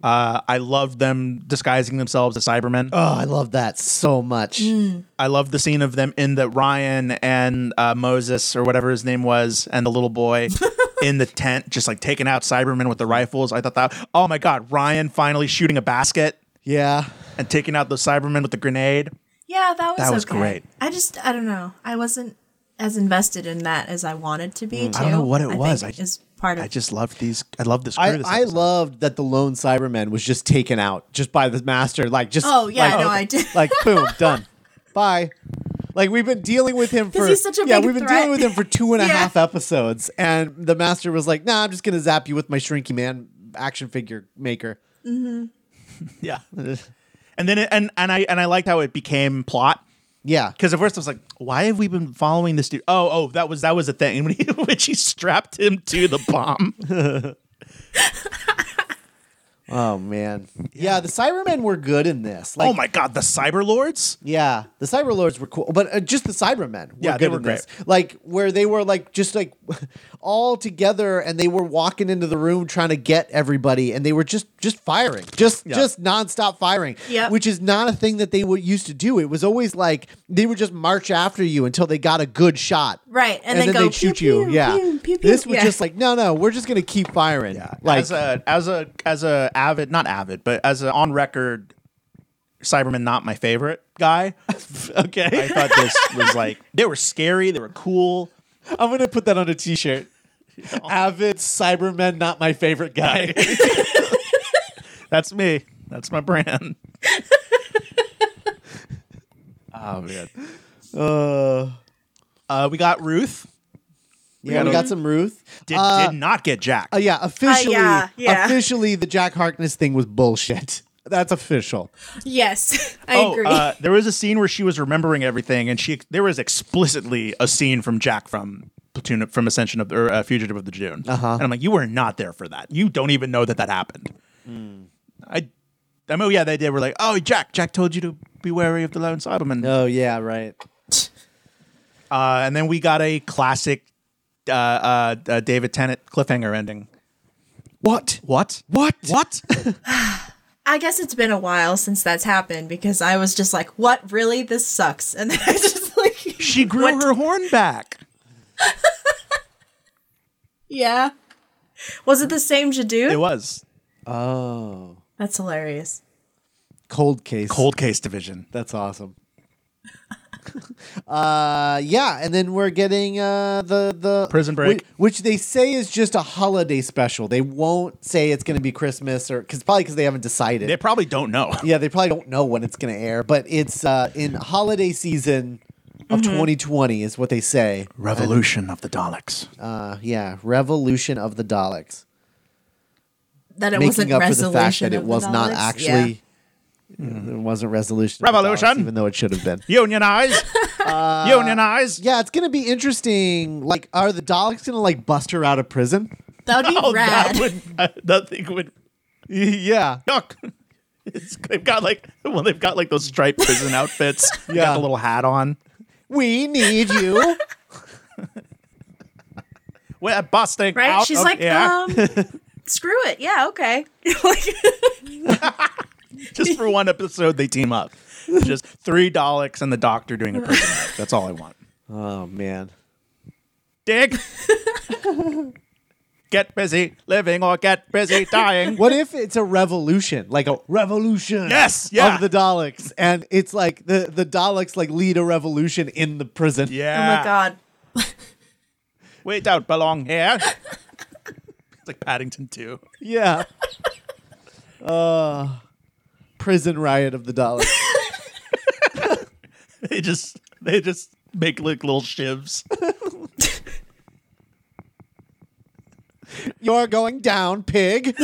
[SPEAKER 3] Uh, I loved them disguising themselves as Cybermen.
[SPEAKER 4] Oh, I love that so much.
[SPEAKER 2] Mm.
[SPEAKER 3] I loved the scene of them in the Ryan and uh, Moses or whatever his name was, and the little boy in the tent, just like taking out Cybermen with the rifles. I thought that, oh my god, Ryan finally shooting a basket
[SPEAKER 4] Yeah.
[SPEAKER 3] and taking out those Cybermen with the grenade.
[SPEAKER 2] Yeah, that was
[SPEAKER 3] That was
[SPEAKER 2] okay.
[SPEAKER 3] great.
[SPEAKER 2] I just I don't know. I wasn't as invested in that as I wanted to be. Too.
[SPEAKER 3] don't know what it was.
[SPEAKER 2] think
[SPEAKER 3] I-
[SPEAKER 2] is part of
[SPEAKER 3] I just loved these. I love this. Crew,
[SPEAKER 4] I,
[SPEAKER 3] this
[SPEAKER 4] I
[SPEAKER 3] episode.
[SPEAKER 4] loved that the lone Cyberman was just taken out just by the master. Like just
[SPEAKER 2] Oh, yeah,
[SPEAKER 4] like,
[SPEAKER 2] no, I did.
[SPEAKER 4] Like boom, done. Bye. Like we've been dealing with him for
[SPEAKER 2] he's such a
[SPEAKER 4] yeah,
[SPEAKER 2] big
[SPEAKER 4] we've been
[SPEAKER 2] threat.
[SPEAKER 4] dealing with him for two and a half
[SPEAKER 2] Yeah.
[SPEAKER 4] episodes, and the master was like, "Nah, I'm just gonna zap you with my Shrinky Man action figure maker."
[SPEAKER 3] yeah. and then it, and and I and I liked how it became plot.
[SPEAKER 4] Yeah,
[SPEAKER 3] Because at first I was like, "Why have we been following this dude?" Oh, oh, that was that was a thing when, he, when she strapped him to the bomb.
[SPEAKER 4] Oh man. Yeah, the Cybermen were good in this. Like,
[SPEAKER 3] oh my god, the Cyber Lords!
[SPEAKER 4] Yeah, the Cyber Lords were cool, but uh, just the Cybermen. Were
[SPEAKER 3] Yeah,
[SPEAKER 4] good
[SPEAKER 3] they were
[SPEAKER 4] in this. Like where they were like just like all together, and they were walking into the room trying to get everybody, and they were just just firing, just
[SPEAKER 3] Yeah.
[SPEAKER 4] just nonstop firing.
[SPEAKER 2] Yep.
[SPEAKER 4] which is not a thing that they were used to do. It was always like they would just march after you until they got a good shot.
[SPEAKER 2] Right, and then go,
[SPEAKER 4] they'd shoot
[SPEAKER 2] pew,
[SPEAKER 4] you.
[SPEAKER 2] pew,
[SPEAKER 4] yeah,
[SPEAKER 2] pew, pew, pew.
[SPEAKER 4] this was
[SPEAKER 2] Yeah.
[SPEAKER 4] just like no, no, we're just gonna keep firing. Yeah, like
[SPEAKER 3] as a as a as a avid, not avid, but as a on record Cyberman, not my favorite guy. okay, I thought this was like they were scary, they were cool.
[SPEAKER 4] I'm gonna put that on a T-shirt. Avid Cybermen, not my favorite guy.
[SPEAKER 3] That's me. That's my brand.
[SPEAKER 4] oh man.
[SPEAKER 3] Uh, we got Ruth.
[SPEAKER 4] Yeah, we got some Ruth.
[SPEAKER 3] Did,
[SPEAKER 4] Uh,
[SPEAKER 3] did not get Jack.
[SPEAKER 4] uh, yeah, officially,
[SPEAKER 2] yeah, yeah.
[SPEAKER 4] officially, the Jack Harkness thing was bullshit. That's official.
[SPEAKER 2] Yes, I
[SPEAKER 3] oh,
[SPEAKER 2] agree.
[SPEAKER 3] Uh, there was a scene where she was remembering everything, and she there was explicitly a scene from Jack from Platoon from Ascension of or uh, Fugitive of the Dune. Uh-huh. And I'm like, you were not there for that. You don't even know that that happened. I, I mean, yeah, they did. We're like, oh, Jack, Jack told you to be wary of the lone Cyberman.
[SPEAKER 4] Oh yeah, right.
[SPEAKER 3] Uh, and then we got a classic uh, uh, uh, David Tennant cliffhanger ending.
[SPEAKER 4] What?
[SPEAKER 3] What?
[SPEAKER 4] What?
[SPEAKER 3] What?
[SPEAKER 2] I guess it's been a while since that's happened because I was just like, "What? Really? This sucks." And then I just like,
[SPEAKER 3] she grew her horn back.
[SPEAKER 2] "Yeah." Was it the same Jadoo?
[SPEAKER 3] It was
[SPEAKER 4] Oh,
[SPEAKER 2] That's hilarious.
[SPEAKER 4] cold case.
[SPEAKER 3] cold case division.
[SPEAKER 4] That's awesome. uh, yeah, and then we're getting uh the the
[SPEAKER 3] Prison Break.
[SPEAKER 4] whi- which, they say is just a holiday special. They won't say it's going to be Christmas or because probably because they haven't decided.
[SPEAKER 3] They probably don't know.
[SPEAKER 4] yeah, they probably don't know when it's going to air, but it's uh, in holiday season of
[SPEAKER 2] Mm-hmm.
[SPEAKER 4] 2020 is what they say.
[SPEAKER 3] Revolution of the Daleks.
[SPEAKER 4] Uh, yeah, Revolution of the Daleks,
[SPEAKER 2] That it wasn't
[SPEAKER 4] making up for
[SPEAKER 2] resolution
[SPEAKER 4] the fact that
[SPEAKER 2] of
[SPEAKER 4] it
[SPEAKER 2] the
[SPEAKER 4] was not
[SPEAKER 2] Daleks?
[SPEAKER 4] actually. Mm-hmm. It wasn't resolution. of the Daleks,
[SPEAKER 3] Revolution.
[SPEAKER 4] even though it should have been.
[SPEAKER 3] Unionize.
[SPEAKER 2] Uh,
[SPEAKER 3] Unionize.
[SPEAKER 4] Yeah, it's gonna be interesting. Like, are the Daleks gonna like bust her out of prison?
[SPEAKER 2] Yeah. That would be
[SPEAKER 3] Oh,
[SPEAKER 2] rad.
[SPEAKER 3] that would uh, that thing would
[SPEAKER 4] yeah,
[SPEAKER 3] yuck. It's, they've got like well, they've got like those striped prison outfits. yeah,
[SPEAKER 4] Yeah.
[SPEAKER 3] got the little hat on.
[SPEAKER 4] we need you.
[SPEAKER 3] We're busting
[SPEAKER 2] right?
[SPEAKER 3] out
[SPEAKER 2] She's
[SPEAKER 3] of
[SPEAKER 2] like,
[SPEAKER 3] here
[SPEAKER 2] um, screw it. Yeah, okay. Like, oh
[SPEAKER 3] just for one episode. They team up. Just three Daleks and the Doctor doing a prison. break. That's all I want.
[SPEAKER 4] oh man.
[SPEAKER 3] Dig. Get busy living or get busy dying.
[SPEAKER 2] Oh
[SPEAKER 4] What if it's a revolution, like a revolution?
[SPEAKER 3] Yes, yeah.
[SPEAKER 4] of the Daleks, and it's like the the Daleks like lead a revolution in the prison.
[SPEAKER 3] yeah.
[SPEAKER 2] Oh my god.
[SPEAKER 3] We don't belong here. it's like Paddington 2.
[SPEAKER 4] yeah. Uh, prison riot of the Daleks.
[SPEAKER 3] They just they just make like little shivs.
[SPEAKER 4] You're going down, pig.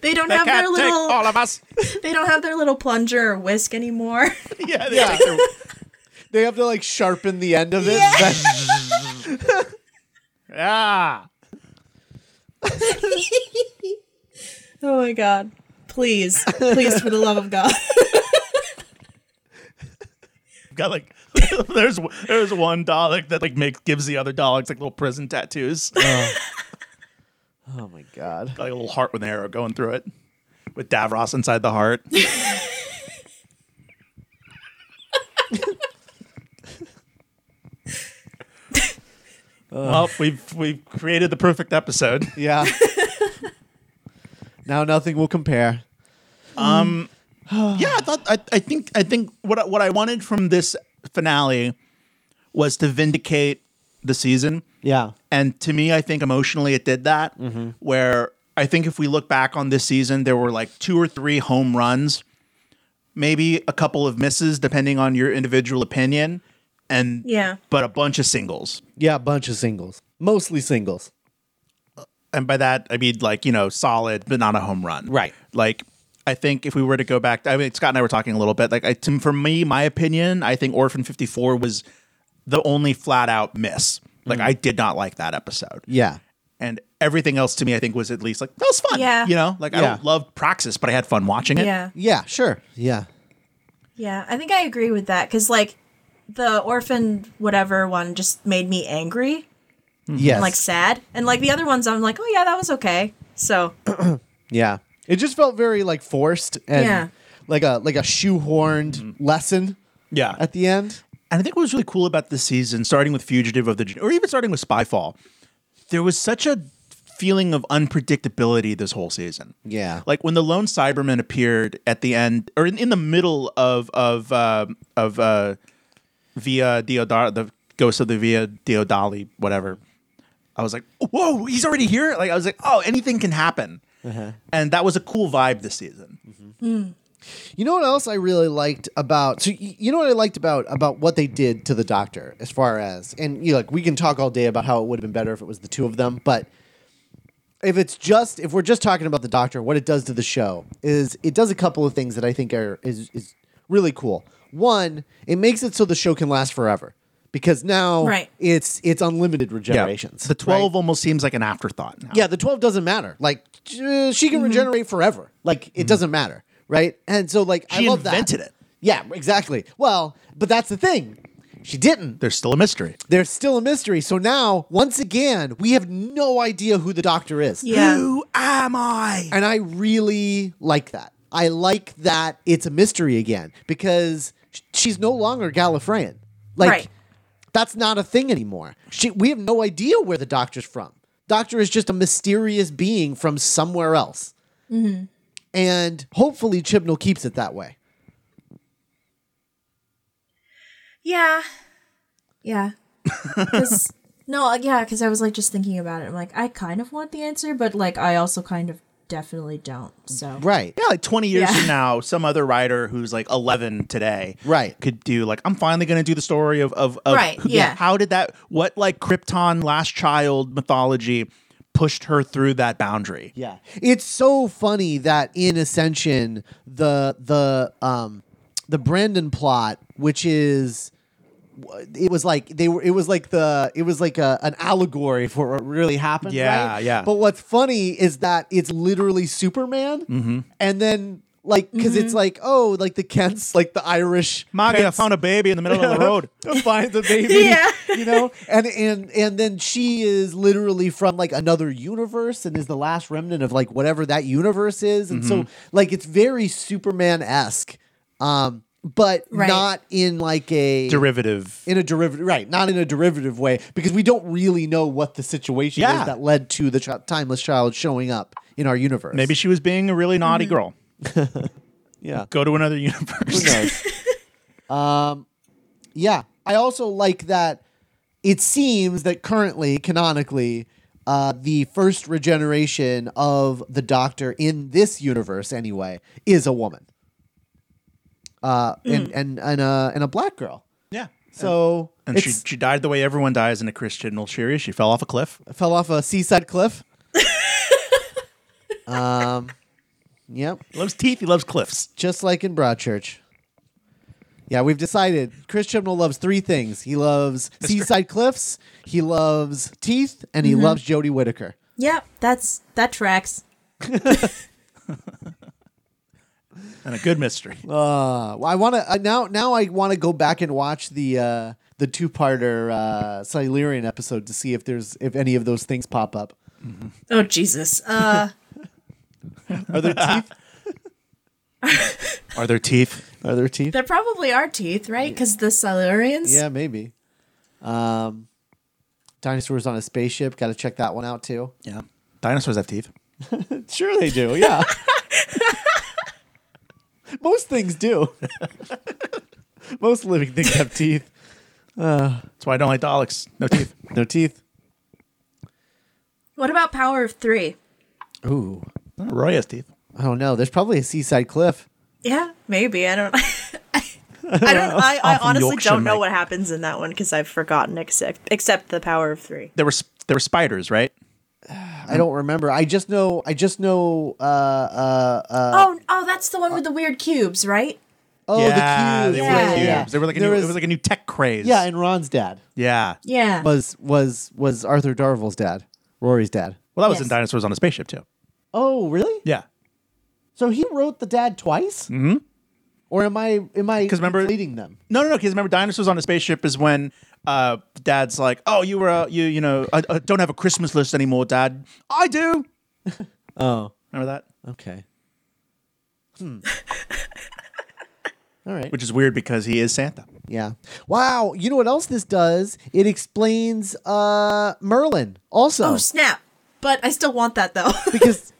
[SPEAKER 2] They don't
[SPEAKER 3] They
[SPEAKER 2] have their
[SPEAKER 3] can't take
[SPEAKER 2] little
[SPEAKER 3] all of us.
[SPEAKER 2] they don't have their little plunger or whisk anymore.
[SPEAKER 3] yeah, they
[SPEAKER 4] Yeah.
[SPEAKER 3] take their-
[SPEAKER 4] They have to like sharpen the end of it.
[SPEAKER 2] Yeah.
[SPEAKER 4] That's-
[SPEAKER 3] yeah.
[SPEAKER 2] oh my god. Please. Please for the love of God.
[SPEAKER 3] Got like there's there's one Dalek that like makes gives the other Daleks like little prison tattoos, like
[SPEAKER 4] oh my god.
[SPEAKER 3] a little heart with an arrow going through it, with Davros inside the heart. well, we've we've created the perfect episode.
[SPEAKER 4] Yeah. now nothing will compare.
[SPEAKER 3] yeah, I thought I, I think I think what I- what I wanted from this finale was to vindicate the season.
[SPEAKER 4] Yeah.
[SPEAKER 3] And to me, I think emotionally it did that. Where I think if we look back on this season, there were like two or three home runs, maybe a couple of misses, depending on your individual opinion, and
[SPEAKER 2] Yeah.
[SPEAKER 3] but a bunch of singles.
[SPEAKER 4] Yeah, a bunch of singles. Mostly singles.
[SPEAKER 3] and by that I mean like you know solid, but not a home run.
[SPEAKER 4] Right.
[SPEAKER 3] Like I think if we were to go back, I mean Scott and I were talking a little bit. Like I, to, for me, my opinion, I think Orphan Fifty Four was the only flat out miss. Like I did not like that episode.
[SPEAKER 4] Mm-hmm. Yeah.
[SPEAKER 3] And everything else to me, I think was at least like that was fun.
[SPEAKER 2] Yeah.
[SPEAKER 3] You know, like I
[SPEAKER 4] Yeah.
[SPEAKER 3] don't love Praxis, but I had fun watching it.
[SPEAKER 2] yeah.
[SPEAKER 4] Yeah, sure. Yeah.
[SPEAKER 2] Yeah, I think I agree with that cuz like the orphan whatever one just made me angry
[SPEAKER 4] Yes.
[SPEAKER 2] and like sad. And like the other ones I'm like, "Oh yeah, that was okay." So,
[SPEAKER 4] yeah. It just felt very like forced and
[SPEAKER 2] Yeah.
[SPEAKER 4] like a like a shoehorned lesson
[SPEAKER 3] Yeah.
[SPEAKER 4] at the end.
[SPEAKER 3] And I think what was really cool about this season, starting with Fugitive of the, Gen- or even starting with Spyfall, there was such a feeling of unpredictability this whole season.
[SPEAKER 4] Yeah.
[SPEAKER 3] like when the lone Cyberman appeared at the end, or in, in the middle of of uh, of uh, Via Diodar, the ghost of the Via Diodali, whatever. I was like, whoa, he's already here. Like I was like, oh, anything can happen,
[SPEAKER 4] Uh-huh.
[SPEAKER 3] and that was a cool vibe this season.
[SPEAKER 4] You know what else I really liked about so y- you know what I liked about about what they did to the doctor as far as and you know, like we can talk all day about how it would have been better if it was the two of them but if it's just if we're just talking about the doctor what it does to the show is it does a couple of things that I think are is is really cool. One, it makes it so the show can last forever because now
[SPEAKER 2] Right.
[SPEAKER 4] it's it's unlimited regenerations.
[SPEAKER 3] the
[SPEAKER 4] right?
[SPEAKER 3] twelve almost seems like an afterthought. Now.
[SPEAKER 4] Yeah, the 12 doesn't matter. Like j- she can
[SPEAKER 3] Mm-hmm.
[SPEAKER 4] regenerate forever. Like it doesn't matter, right? And so like
[SPEAKER 3] She
[SPEAKER 4] I love that.
[SPEAKER 3] invented it.
[SPEAKER 4] Yeah, exactly. Well, but that's the thing. She didn't.
[SPEAKER 3] there's still a mystery.
[SPEAKER 4] There's still a mystery. So now, once again, we have no idea who the doctor is.
[SPEAKER 2] yeah.
[SPEAKER 3] Who am I?
[SPEAKER 4] And I really like that. I like that it's a mystery again because sh- she's no longer Gallifreyan. Like
[SPEAKER 2] Right.
[SPEAKER 4] that's not a thing anymore. She, we have no idea where the doctor's from. Doctor is just a mysterious being from somewhere else. And hopefully Chibnall keeps it that way.
[SPEAKER 2] Yeah. Yeah. 'Cause- no, uh, yeah, because I was like just thinking about it. I'm like, I kind of want the answer, but like, I also kind of definitely don't. So,
[SPEAKER 4] Right.
[SPEAKER 3] Yeah, like 20 years
[SPEAKER 2] Yeah.
[SPEAKER 3] from now, some other writer who's like 11 today,
[SPEAKER 4] Right.
[SPEAKER 3] could do like I'm finally going to do the story of of, of
[SPEAKER 2] Right, yeah.
[SPEAKER 3] How did that? What like Krypton Last Child mythology pushed her through that boundary?
[SPEAKER 4] Yeah. It's so funny that in Ascension the the um the Brandon plot which is it was like they were it was like the it was like a, an allegory for what really happened
[SPEAKER 3] Yeah,
[SPEAKER 4] right?
[SPEAKER 3] yeah.
[SPEAKER 4] but what's funny is that it's literally superman
[SPEAKER 3] Mm-hmm.
[SPEAKER 4] and then like because it's like oh like the kents like the irish
[SPEAKER 3] Maggie, I
[SPEAKER 4] Kents-
[SPEAKER 3] found a baby in the middle of the road.
[SPEAKER 4] find the baby
[SPEAKER 2] Yeah.
[SPEAKER 4] you know and and and then she is literally from like another universe and is the last remnant of like whatever that universe is and so like it's very superman-esque um but
[SPEAKER 2] Right.
[SPEAKER 4] not in like a
[SPEAKER 3] derivative.
[SPEAKER 4] in a derivative right not in a derivative way because we don't really know what the situation
[SPEAKER 3] Yeah.
[SPEAKER 4] is that led to the chi- timeless child showing up in our universe
[SPEAKER 3] Maybe she was being a really naughty girl.
[SPEAKER 2] Mm-hmm.
[SPEAKER 4] yeah
[SPEAKER 3] Go to another universe.
[SPEAKER 4] Who knows? um, yeah. I also like that it seems that currently, canonically, uh, the first regeneration of the Doctor in this universe, anyway, is a woman, uh, and and and a and a black girl.
[SPEAKER 3] yeah.
[SPEAKER 4] So
[SPEAKER 3] And she,
[SPEAKER 4] it's-
[SPEAKER 3] she died the way everyone dies in a Chris Chibnall series. She fell off a cliff.
[SPEAKER 4] fell off a seaside cliff. um, yep.
[SPEAKER 3] He loves teeth. He loves cliffs.
[SPEAKER 4] just like in Broadchurch. Yeah, we've decided Chris Chibnall loves three things. He loves seaside cliffs, he loves teeth, and he loves Jodie Whittaker.
[SPEAKER 2] Yep, that's that tracks.
[SPEAKER 3] And a good mystery.
[SPEAKER 4] Uh, well, I want to uh, now. Now I want to go back and watch the uh, the two parter uh, Silurian episode to see if there's if any of those things pop up.
[SPEAKER 2] Oh Jesus. Uh
[SPEAKER 4] Are there teeth?
[SPEAKER 3] Are there teeth?
[SPEAKER 4] Are there teeth?
[SPEAKER 2] there probably are teeth, right? Cuz the Silurians.
[SPEAKER 4] Yeah, maybe. Um, dinosaurs on a spaceship. Got to check that one out too.
[SPEAKER 3] Yeah. Dinosaurs have teeth.
[SPEAKER 4] Sure, they do. Yeah. Most things do. Most living things have teeth.
[SPEAKER 3] That's why I don't like Daleks. No teeth.
[SPEAKER 4] No teeth.
[SPEAKER 2] What about Power of 3?
[SPEAKER 4] Ooh.
[SPEAKER 3] Roy has teeth.
[SPEAKER 4] I don't know. Oh, There's probably a seaside cliff.
[SPEAKER 2] Yeah, maybe. I don't I don't I, I
[SPEAKER 3] Off in
[SPEAKER 2] honestly
[SPEAKER 3] Yorkshire,
[SPEAKER 2] don't know
[SPEAKER 3] mate.
[SPEAKER 2] what happens in that one cuz I've forgotten except except the Power of 3.
[SPEAKER 3] There were s- there were spiders, right?
[SPEAKER 4] I don't remember. I just know. I just know. Uh. Uh. uh
[SPEAKER 2] Oh, oh, that's the one with the weird cubes, right?
[SPEAKER 4] oh,
[SPEAKER 3] yeah,
[SPEAKER 4] the cubes.
[SPEAKER 3] They were
[SPEAKER 2] Yeah,
[SPEAKER 3] cubes.
[SPEAKER 2] yeah.
[SPEAKER 3] They were like a
[SPEAKER 4] There
[SPEAKER 3] new,
[SPEAKER 4] was-
[SPEAKER 3] it was like a new tech craze.
[SPEAKER 4] yeah, and Ron's dad
[SPEAKER 3] yeah.
[SPEAKER 2] Yeah.
[SPEAKER 4] was was was Arthur Darvill's dad, Rory's dad.
[SPEAKER 3] Well, that was
[SPEAKER 2] Yes.
[SPEAKER 3] in Dinosaurs on a Spaceship too.
[SPEAKER 4] Oh, really?
[SPEAKER 3] Yeah.
[SPEAKER 4] So he wrote the dad twice. Mm-hmm. Or am I am I? Because
[SPEAKER 3] remember-
[SPEAKER 4] leading them.
[SPEAKER 3] No, no, no. Because remember, Dinosaurs on a Spaceship is when uh, Dad's like, "Oh, you were uh, you you know I, I don't have a Christmas list anymore, Dad. I do.
[SPEAKER 4] Oh.
[SPEAKER 3] Remember that?
[SPEAKER 4] Okay. Hmm. All right.
[SPEAKER 3] Which is weird because he is Santa.
[SPEAKER 4] Yeah. Wow. You know what else this does? It explains uh Merlin also
[SPEAKER 2] Oh, snap. But I still want that though.
[SPEAKER 4] because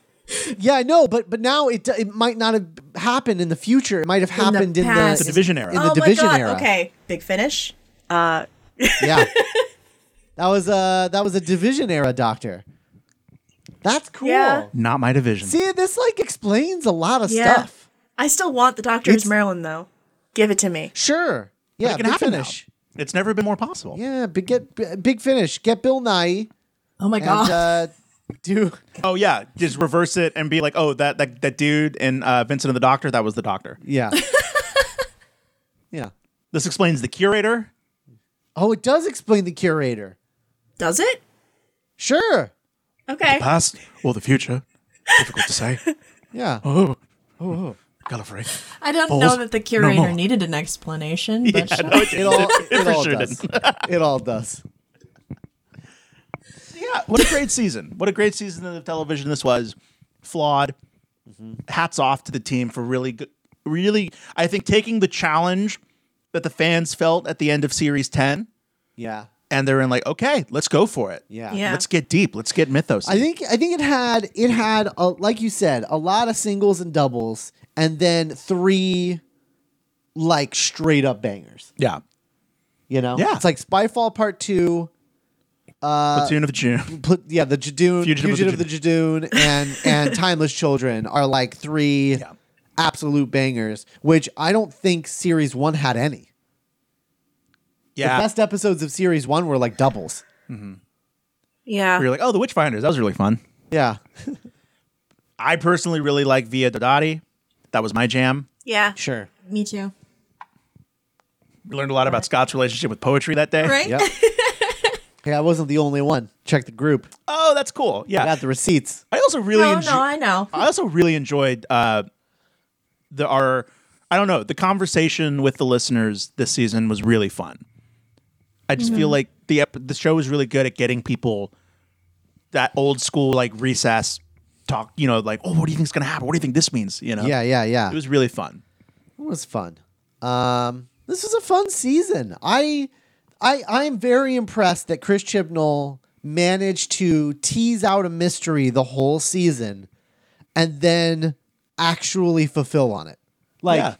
[SPEAKER 4] yeah, I know, but but now it it might not have happened in the future. It might have happened in the,
[SPEAKER 2] past. The
[SPEAKER 3] Division era.
[SPEAKER 4] In the
[SPEAKER 2] oh
[SPEAKER 4] division
[SPEAKER 2] my god.
[SPEAKER 4] era.
[SPEAKER 2] Okay. Big finish.
[SPEAKER 4] Yeah. that was a that was a division era doctor. That's cool.
[SPEAKER 2] Yeah.
[SPEAKER 3] Not my division.
[SPEAKER 4] See, this like explains a lot of
[SPEAKER 2] Yeah.
[SPEAKER 4] stuff.
[SPEAKER 2] I still want the Doctor
[SPEAKER 4] It's-
[SPEAKER 2] Who's Merlin though. Give it to me.
[SPEAKER 4] Sure. Yeah.
[SPEAKER 3] it can
[SPEAKER 4] big
[SPEAKER 3] happen now.
[SPEAKER 4] finish.
[SPEAKER 3] It's never been more possible.
[SPEAKER 4] Yeah. Big get b- big finish. Get Bill Nye
[SPEAKER 2] Oh my
[SPEAKER 4] and uh, do
[SPEAKER 3] Oh yeah, just reverse it and be like, oh that that, that dude in uh, Vincent and the Doctor, that was the Doctor.
[SPEAKER 4] yeah yeah.
[SPEAKER 3] This explains the curator.
[SPEAKER 4] Oh, it does explain the curator.
[SPEAKER 2] Does it?
[SPEAKER 4] Sure.
[SPEAKER 2] Okay.
[SPEAKER 3] past or the future. Difficult to say.
[SPEAKER 4] Yeah.
[SPEAKER 3] Oh, Gallifrey.
[SPEAKER 2] I don't
[SPEAKER 3] Balls?
[SPEAKER 2] know that the curator
[SPEAKER 3] No more.
[SPEAKER 2] needed an explanation, but
[SPEAKER 3] Yeah,
[SPEAKER 2] sure.
[SPEAKER 3] no, it,
[SPEAKER 4] It all it,
[SPEAKER 3] for
[SPEAKER 4] all
[SPEAKER 3] sure
[SPEAKER 4] does.
[SPEAKER 3] didn't.
[SPEAKER 4] It all does.
[SPEAKER 3] yeah, what a great season! What a great season of television this was. Flawed. Hats off to the team for really good. Really, I think taking the challenge that the fans felt at the end of series ten,
[SPEAKER 4] Yeah.
[SPEAKER 3] and they're in like, okay, let's go for it.
[SPEAKER 4] Yeah.
[SPEAKER 2] Yeah.
[SPEAKER 3] Let's get deep. Let's get mythos.
[SPEAKER 4] I think I think it had it had a, like you said a lot of singles and doubles and then three like straight up bangers.
[SPEAKER 3] yeah.
[SPEAKER 4] You know,
[SPEAKER 3] Yeah.
[SPEAKER 4] it's like Spyfall Part Two.
[SPEAKER 3] Platoon of June.
[SPEAKER 4] Put yeah, the Jadoon,
[SPEAKER 3] Fugitive
[SPEAKER 4] Fugitive,
[SPEAKER 3] of the
[SPEAKER 4] of the Jadoon, and and Timeless Children are like three
[SPEAKER 3] Yeah.
[SPEAKER 4] absolute bangers, which I don't think Series One had any. The
[SPEAKER 3] Yeah.
[SPEAKER 4] best episodes of Series One were like doubles.
[SPEAKER 2] yeah.
[SPEAKER 3] You're like, oh, the Witchfinders. That was really fun.
[SPEAKER 4] Yeah.
[SPEAKER 3] I personally really like Via Dodati. That was my jam.
[SPEAKER 2] Yeah.
[SPEAKER 4] Sure.
[SPEAKER 2] Me too.
[SPEAKER 3] Learned a lot about Scott's relationship with poetry that day.
[SPEAKER 2] Right?
[SPEAKER 4] Yep. yeah, I wasn't the only one. Check the group.
[SPEAKER 3] Oh, that's cool. Yeah.
[SPEAKER 4] I got the receipts.
[SPEAKER 3] I also really
[SPEAKER 2] Oh, No,
[SPEAKER 3] enjoy-
[SPEAKER 2] no, I know.
[SPEAKER 3] I also really enjoyed uh the our I don't know, the conversation with the listeners this season was really fun. I just
[SPEAKER 2] Mm-hmm.
[SPEAKER 3] feel like the ep- the show is really good at getting people that old school like recess talk, you know, like, "Oh, what do you think's going to happen? What do you think this means?" you know.
[SPEAKER 4] Yeah, yeah, yeah.
[SPEAKER 3] It was really fun.
[SPEAKER 4] It was fun. Um, this was a fun season. I, I, I'm very impressed that Chris Chibnall managed to tease out a mystery the whole season, and then actually fulfill on it. Like,
[SPEAKER 3] Yeah.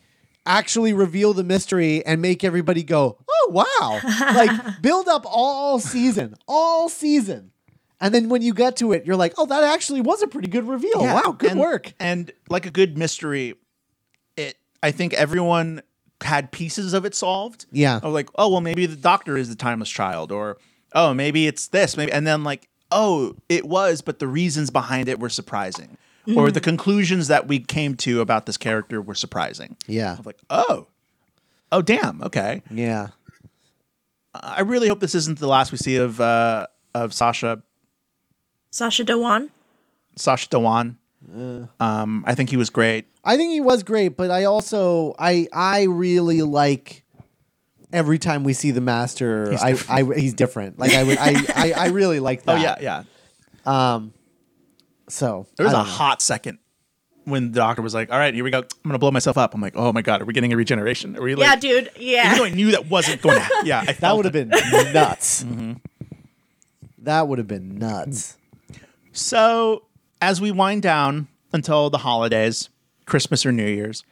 [SPEAKER 4] actually reveal the mystery and make everybody go, "Oh wow!" like, build up all season, all season. And then when you get to it, you're like, "Oh, that actually was a pretty good reveal.
[SPEAKER 3] Yeah,
[SPEAKER 4] Oh, wow, good
[SPEAKER 3] and-
[SPEAKER 4] work."
[SPEAKER 3] And like a good mystery, it I think everyone had pieces of it solved.
[SPEAKER 4] Yeah.
[SPEAKER 3] Of like, oh well, maybe the doctor is the timeless child, or oh maybe it's this, maybe, and then like, oh it was, but the reasons behind it were surprising,
[SPEAKER 4] Mm-hmm.
[SPEAKER 3] or the conclusions that we came to about this character were surprising.
[SPEAKER 4] Yeah.
[SPEAKER 3] Of like, oh, oh damn, okay.
[SPEAKER 4] Yeah.
[SPEAKER 3] I really hope this isn't the last we see of uh of Sasha
[SPEAKER 1] Sasha Dewan.
[SPEAKER 3] Sasha Dewan.
[SPEAKER 4] Uh.
[SPEAKER 3] Um, I think he was great.
[SPEAKER 4] I think he was great, but I also I I really like every time we see the master. I, I he's different. Like I would I, I I really like
[SPEAKER 3] Oh
[SPEAKER 4] that.
[SPEAKER 3] yeah, yeah.
[SPEAKER 4] So
[SPEAKER 3] There was
[SPEAKER 4] I
[SPEAKER 3] a
[SPEAKER 4] don't know.
[SPEAKER 3] hot second when the doctor was like, "All right, here we go. I'm gonna blow myself up." I'm like, "Oh my god, are we getting a regeneration? Are we like?"
[SPEAKER 1] yeah, dude. Yeah.
[SPEAKER 3] Even though I knew that wasn't going to happen. Yeah, I
[SPEAKER 4] that
[SPEAKER 3] felt
[SPEAKER 4] would
[SPEAKER 3] it.
[SPEAKER 4] have been nuts.
[SPEAKER 3] Mm-hmm.
[SPEAKER 4] That would have been nuts.
[SPEAKER 3] So as we wind down until the holidays, Christmas or New Year's,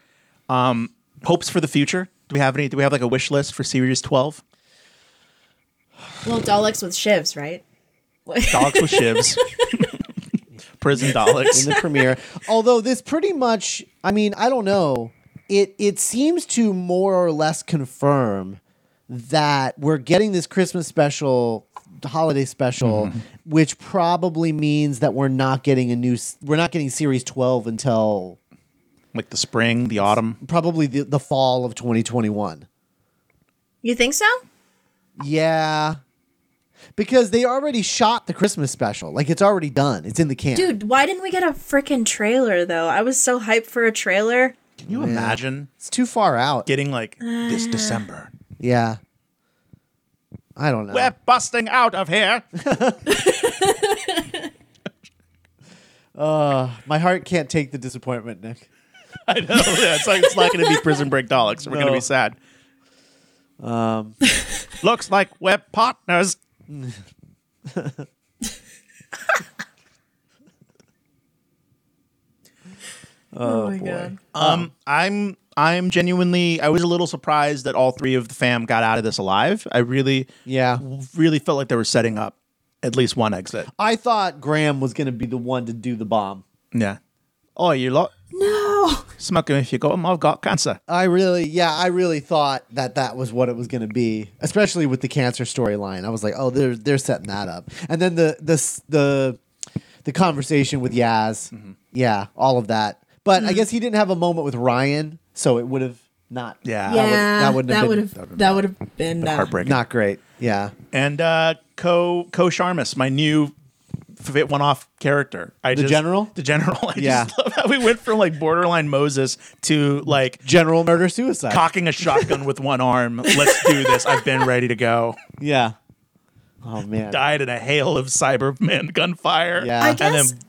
[SPEAKER 3] um, hopes for the future. Do we have any? Do we have like a wish list for Series 12?
[SPEAKER 2] Well, Daleks with shivs, right?
[SPEAKER 3] Daleks with shivs. Prison
[SPEAKER 4] in
[SPEAKER 3] Daleks.
[SPEAKER 4] the premiere. Although this pretty much, I mean, I don't know. It it seems to more or less confirm that we're getting this Christmas special, holiday special, which probably means that we're not getting a new. s- We're not getting series twelve until
[SPEAKER 3] Like the spring, the autumn.
[SPEAKER 4] probably the, the fall of twenty twenty one.
[SPEAKER 1] you think so?
[SPEAKER 4] Yeah. Because they already shot the Christmas special. Like it's already done. It's in the can.
[SPEAKER 1] Dude, why didn't we get a freaking trailer though? I was so hyped for a trailer.
[SPEAKER 3] Can you imagine
[SPEAKER 4] it's too far out.
[SPEAKER 3] getting like this
[SPEAKER 1] Uh.
[SPEAKER 3] December?
[SPEAKER 4] yeah. I don't know.
[SPEAKER 3] We're busting out of here.
[SPEAKER 4] My heart can't take the disappointment, Nick.
[SPEAKER 3] I know. Yeah, it's like it's not going to be prison break Daleks. We're going to
[SPEAKER 4] No.
[SPEAKER 3] be sad. Um, looks like we're partners.
[SPEAKER 2] Oh, my god.
[SPEAKER 3] Um, I'm I'm genuinely I was a little surprised that all three of the fam got out of this alive. I really
[SPEAKER 4] Yeah.
[SPEAKER 3] really felt like they were setting up at least one exit.
[SPEAKER 4] I thought Graham was going to be the one to do the bomb.
[SPEAKER 3] Yeah. Oh, you lot
[SPEAKER 2] No.
[SPEAKER 3] smoking if you got 'em, I've got cancer.
[SPEAKER 4] I really, yeah, I really thought that that was what it was going to be, especially with the cancer storyline. I was like, oh, they're they're setting that up, and then the the s- the the conversation with Yaz, yeah, all of that. But
[SPEAKER 2] Mm.
[SPEAKER 4] I guess he didn't have a moment with Ryan, so it would have not,
[SPEAKER 3] Yeah.
[SPEAKER 4] would-
[SPEAKER 2] Yeah,
[SPEAKER 4] that wouldn't have
[SPEAKER 2] that
[SPEAKER 4] been-
[SPEAKER 2] would have that would have been uh,
[SPEAKER 3] Heartbreaking.
[SPEAKER 4] not great. Yeah,
[SPEAKER 3] And uh, Co Co Sharmus, my new fit one off character. I the
[SPEAKER 4] general?
[SPEAKER 3] the general. I
[SPEAKER 4] Yeah.
[SPEAKER 3] just love how we went from like borderline Moses to like
[SPEAKER 4] general murder suicide.
[SPEAKER 3] cocking a shotgun with one arm. Let's do this. I've been ready to go.
[SPEAKER 4] yeah. Oh man.
[SPEAKER 3] Died in a hail of Cyberman gunfire.
[SPEAKER 4] Yeah.
[SPEAKER 1] I
[SPEAKER 4] And
[SPEAKER 1] guess
[SPEAKER 3] And then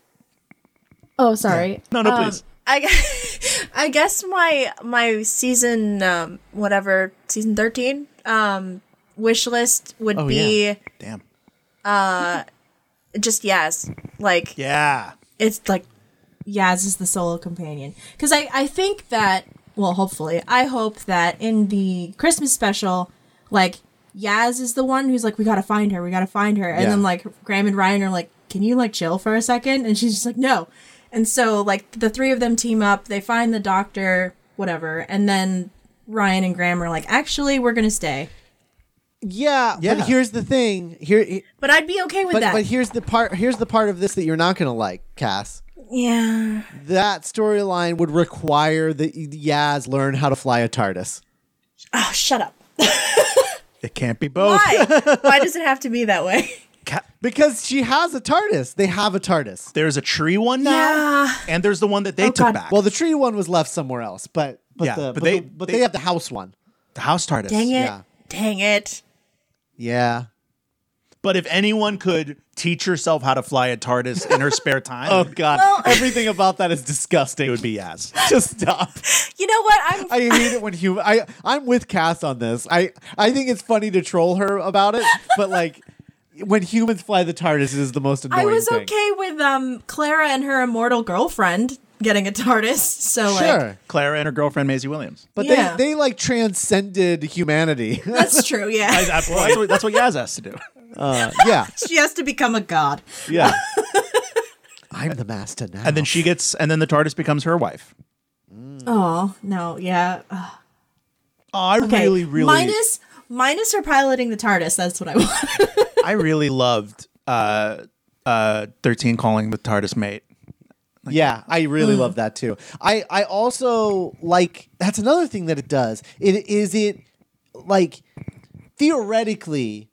[SPEAKER 2] Oh, sorry.
[SPEAKER 3] no, no,
[SPEAKER 2] Um,
[SPEAKER 3] please.
[SPEAKER 1] I, gu- I guess my my season um whatever season 13 um wish list would
[SPEAKER 4] Oh,
[SPEAKER 1] be
[SPEAKER 3] Damn.
[SPEAKER 1] just yes like
[SPEAKER 3] Yeah.
[SPEAKER 1] it's like
[SPEAKER 2] Yaz is the solo companion. Because I, I think that, well, hopefully, I hope that in the Christmas special, like, Yaz is the one who's like, we gotta find her, we gotta find her. And
[SPEAKER 4] Yeah.
[SPEAKER 2] then, like, Graham and Ryan are like, can you, like, chill for a second? And she's just like, no. And so, like, the three of them team up, they find the doctor, whatever. And then Ryan and Graham are like, actually, we're gonna stay.
[SPEAKER 4] Yeah,
[SPEAKER 3] Yeah.
[SPEAKER 4] but here's the thing. Here,
[SPEAKER 1] but I'd be okay with
[SPEAKER 4] but
[SPEAKER 1] that.
[SPEAKER 4] but here's the part. Here's the part of this that you're not gonna like, Cass.
[SPEAKER 1] yeah.
[SPEAKER 4] That storyline would require that Yaz learn how to fly a TARDIS.
[SPEAKER 1] Oh, shut up.
[SPEAKER 3] It can't be both.
[SPEAKER 1] Why? Why does it have to be that way?
[SPEAKER 3] Ca-
[SPEAKER 4] Because she has a TARDIS. They have a TARDIS.
[SPEAKER 3] There's a tree one now,
[SPEAKER 1] Yeah.
[SPEAKER 3] and there's the one that they took
[SPEAKER 2] God.
[SPEAKER 3] back.
[SPEAKER 4] Well, the tree one was left somewhere else, but but
[SPEAKER 3] Yeah,
[SPEAKER 4] the,
[SPEAKER 3] but
[SPEAKER 4] but,
[SPEAKER 3] they-
[SPEAKER 4] the- but
[SPEAKER 3] they-
[SPEAKER 4] they, have the house one.
[SPEAKER 3] the house TARDIS.
[SPEAKER 1] Dang it.
[SPEAKER 4] Yeah.
[SPEAKER 1] Dang it.
[SPEAKER 4] Yeah.
[SPEAKER 3] But if anyone could teach herself how to fly a TARDIS in her spare time,
[SPEAKER 4] Oh God! Everything about that is disgusting.
[SPEAKER 3] it would be Yaz.
[SPEAKER 4] Just stop.
[SPEAKER 1] You know what? I'm
[SPEAKER 4] I hate it when human. I I'm with Cass on this. I I think it's funny to troll her about it, but like when humans fly the TARDIS is the most annoying.
[SPEAKER 2] I was
[SPEAKER 4] thing.
[SPEAKER 2] okay with um Clara and her immortal girlfriend getting a TARDIS. So like
[SPEAKER 4] Sure,
[SPEAKER 3] Clara and her girlfriend Maisie Williams.
[SPEAKER 4] but
[SPEAKER 2] Yeah.
[SPEAKER 4] they they like transcended humanity.
[SPEAKER 2] that's true. Yeah,
[SPEAKER 3] That's what, that's what Yaz has to do.
[SPEAKER 4] Uh, yeah,
[SPEAKER 2] she has to become a god.
[SPEAKER 4] yeah. I'm the master now.
[SPEAKER 3] And then she gets, and then the TARDIS becomes her wife.
[SPEAKER 2] Oh no, yeah. Ugh.
[SPEAKER 3] Oh, I
[SPEAKER 2] Okay,
[SPEAKER 3] really, really,
[SPEAKER 2] minus minus her piloting the TARDIS. That's what I want.
[SPEAKER 3] I really loved uh, uh, thirteen calling the TARDIS mate.
[SPEAKER 4] yeah, I really love that too. I I also like that's another thing that it does. It is it like theoretically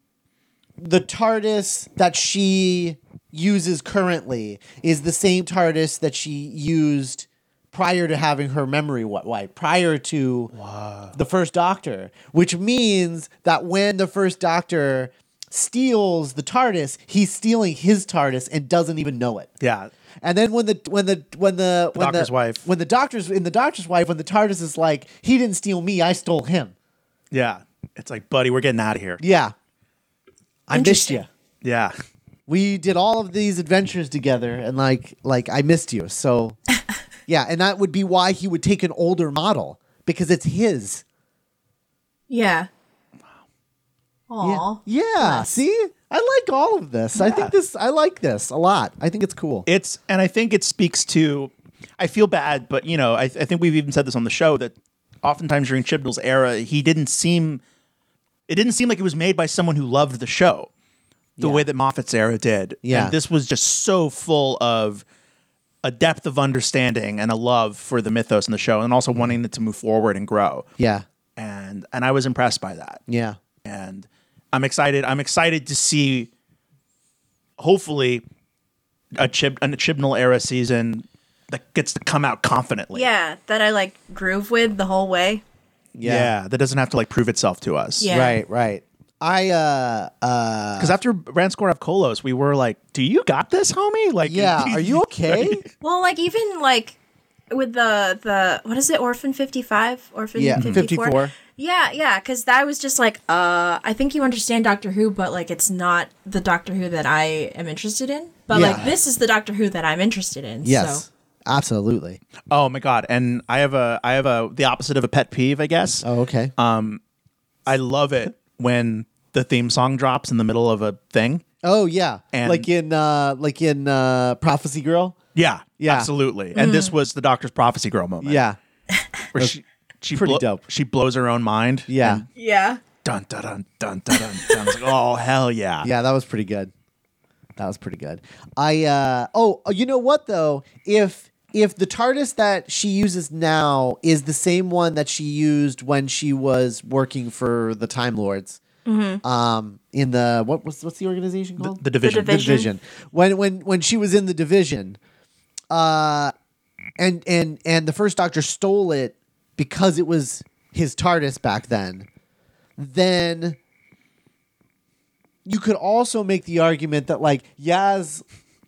[SPEAKER 4] the TARDIS that she uses currently is the same TARDIS that she used prior to having her memory wi- wiped, prior to the first Doctor, which means that when the first Doctor steals the TARDIS, he's stealing his TARDIS and doesn't even know it.
[SPEAKER 3] Yeah,
[SPEAKER 4] And then when the when the when the, when
[SPEAKER 3] doctor's
[SPEAKER 4] the,
[SPEAKER 3] wife.
[SPEAKER 4] when the doctor's in the doctor's wife when the TARDIS is like he didn't steal me I stole him
[SPEAKER 3] yeah. It's like, buddy, we're getting out of here.
[SPEAKER 4] yeah I missed
[SPEAKER 2] Interesting.
[SPEAKER 4] you
[SPEAKER 3] Yeah,
[SPEAKER 4] we did all of these adventures together and like like I missed you so yeah and that would be why he would take an older model because it's his
[SPEAKER 2] yeah. Aw.
[SPEAKER 4] yeah see I like all of this I think this I like this a lot I think it's cool
[SPEAKER 3] it's, and I think it speaks to. I feel bad, but you know, I, I think we've even said this on the show that oftentimes during Chibnall's era, he didn't seem. It didn't seem like it was made by someone who loved the show, the way that Moffat's era did.
[SPEAKER 4] Yeah.
[SPEAKER 3] and this was just so full of a depth of understanding and a love for the mythos in the show, and also wanting it to move forward and grow.
[SPEAKER 4] yeah
[SPEAKER 3] and and I was impressed by that.
[SPEAKER 4] yeah
[SPEAKER 3] And I'm excited. I'm excited to see, hopefully, a Chib a Chibnall era season that gets to come out confidently.
[SPEAKER 1] yeah that I like groove with the whole way.
[SPEAKER 3] yeah, that doesn't have to like prove itself to us.
[SPEAKER 2] Yeah.
[SPEAKER 4] right right I uh
[SPEAKER 3] because after Ranskorov Kolos, we were like, "Do you got this, homie? Like,
[SPEAKER 4] yeah are you okay
[SPEAKER 1] Well, like even like with the the what is it Orphan 55 Orphan
[SPEAKER 4] Yeah,
[SPEAKER 1] 54?
[SPEAKER 4] 54.
[SPEAKER 1] Yeah, yeah, cuz that was just like uh I think you understand
[SPEAKER 2] And Doctor Who, but like it's not the Doctor Who that I am interested in. But
[SPEAKER 4] Yeah.
[SPEAKER 2] like this is the Doctor Who that I'm interested in.
[SPEAKER 4] yes
[SPEAKER 2] So.
[SPEAKER 4] absolutely
[SPEAKER 3] Oh my god! And I have a I have a the opposite of a pet peeve, I guess.
[SPEAKER 4] oh okay
[SPEAKER 3] Uh, I love it when the theme song drops in the middle of a thing.
[SPEAKER 4] Oh yeah,
[SPEAKER 3] And-
[SPEAKER 4] like in uh, like in uh, Prophecy Girl.
[SPEAKER 3] Yeah,
[SPEAKER 4] Yeah.
[SPEAKER 3] absolutely. And this was the Doctor's prophecy girl moment.
[SPEAKER 4] Yeah,
[SPEAKER 3] where she she
[SPEAKER 4] pretty
[SPEAKER 3] blow-
[SPEAKER 4] dope.
[SPEAKER 3] She blows her own mind.
[SPEAKER 4] yeah,
[SPEAKER 3] And
[SPEAKER 2] Yeah.
[SPEAKER 3] Dun dun dun dun dun dun. dun. I was like, oh hell yeah.
[SPEAKER 4] yeah. That was pretty good. That was pretty good. I uh, oh, you know what though? If if the TARDIS that she uses now is the same one that she used when she was working for the Time Lords, um, in the what was what's the organization called?
[SPEAKER 3] The division.
[SPEAKER 1] The Division.
[SPEAKER 4] division. When when when she was in the division, uh, and and and the first Doctor stole it because it was his TARDIS back then. Then you could also make the argument that like Yaz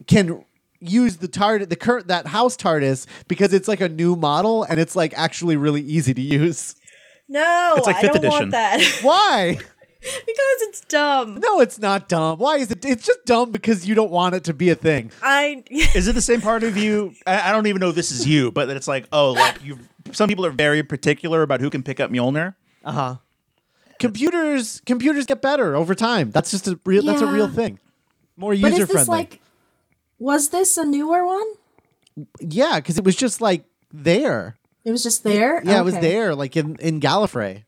[SPEAKER 4] can use the TARDIS, the current that house TARDIS because it's like a new model and it's like actually really easy to use.
[SPEAKER 1] No,
[SPEAKER 3] It's like
[SPEAKER 1] I
[SPEAKER 3] fifth
[SPEAKER 1] don't
[SPEAKER 3] edition.
[SPEAKER 1] want that
[SPEAKER 4] Why?
[SPEAKER 1] because it's dumb.
[SPEAKER 4] No, it's not dumb. Why is it? It's just dumb because you don't want it to be a thing.
[SPEAKER 1] I
[SPEAKER 3] Is it the same part of you? I, I don't even know if this is you, but it's like, oh, like you. Some people are very particular about who can pick up Mjolnir.
[SPEAKER 4] computers computers get better over time. That's just a real that's a
[SPEAKER 2] Yeah.
[SPEAKER 4] real thing. More
[SPEAKER 2] But
[SPEAKER 4] user
[SPEAKER 2] is this
[SPEAKER 4] friendly.
[SPEAKER 2] like? Was this a newer one?
[SPEAKER 4] yeah, because it was just like there.
[SPEAKER 2] It was just there.
[SPEAKER 4] Yeah, it was
[SPEAKER 2] Okay.
[SPEAKER 4] there, like in in Gallifrey.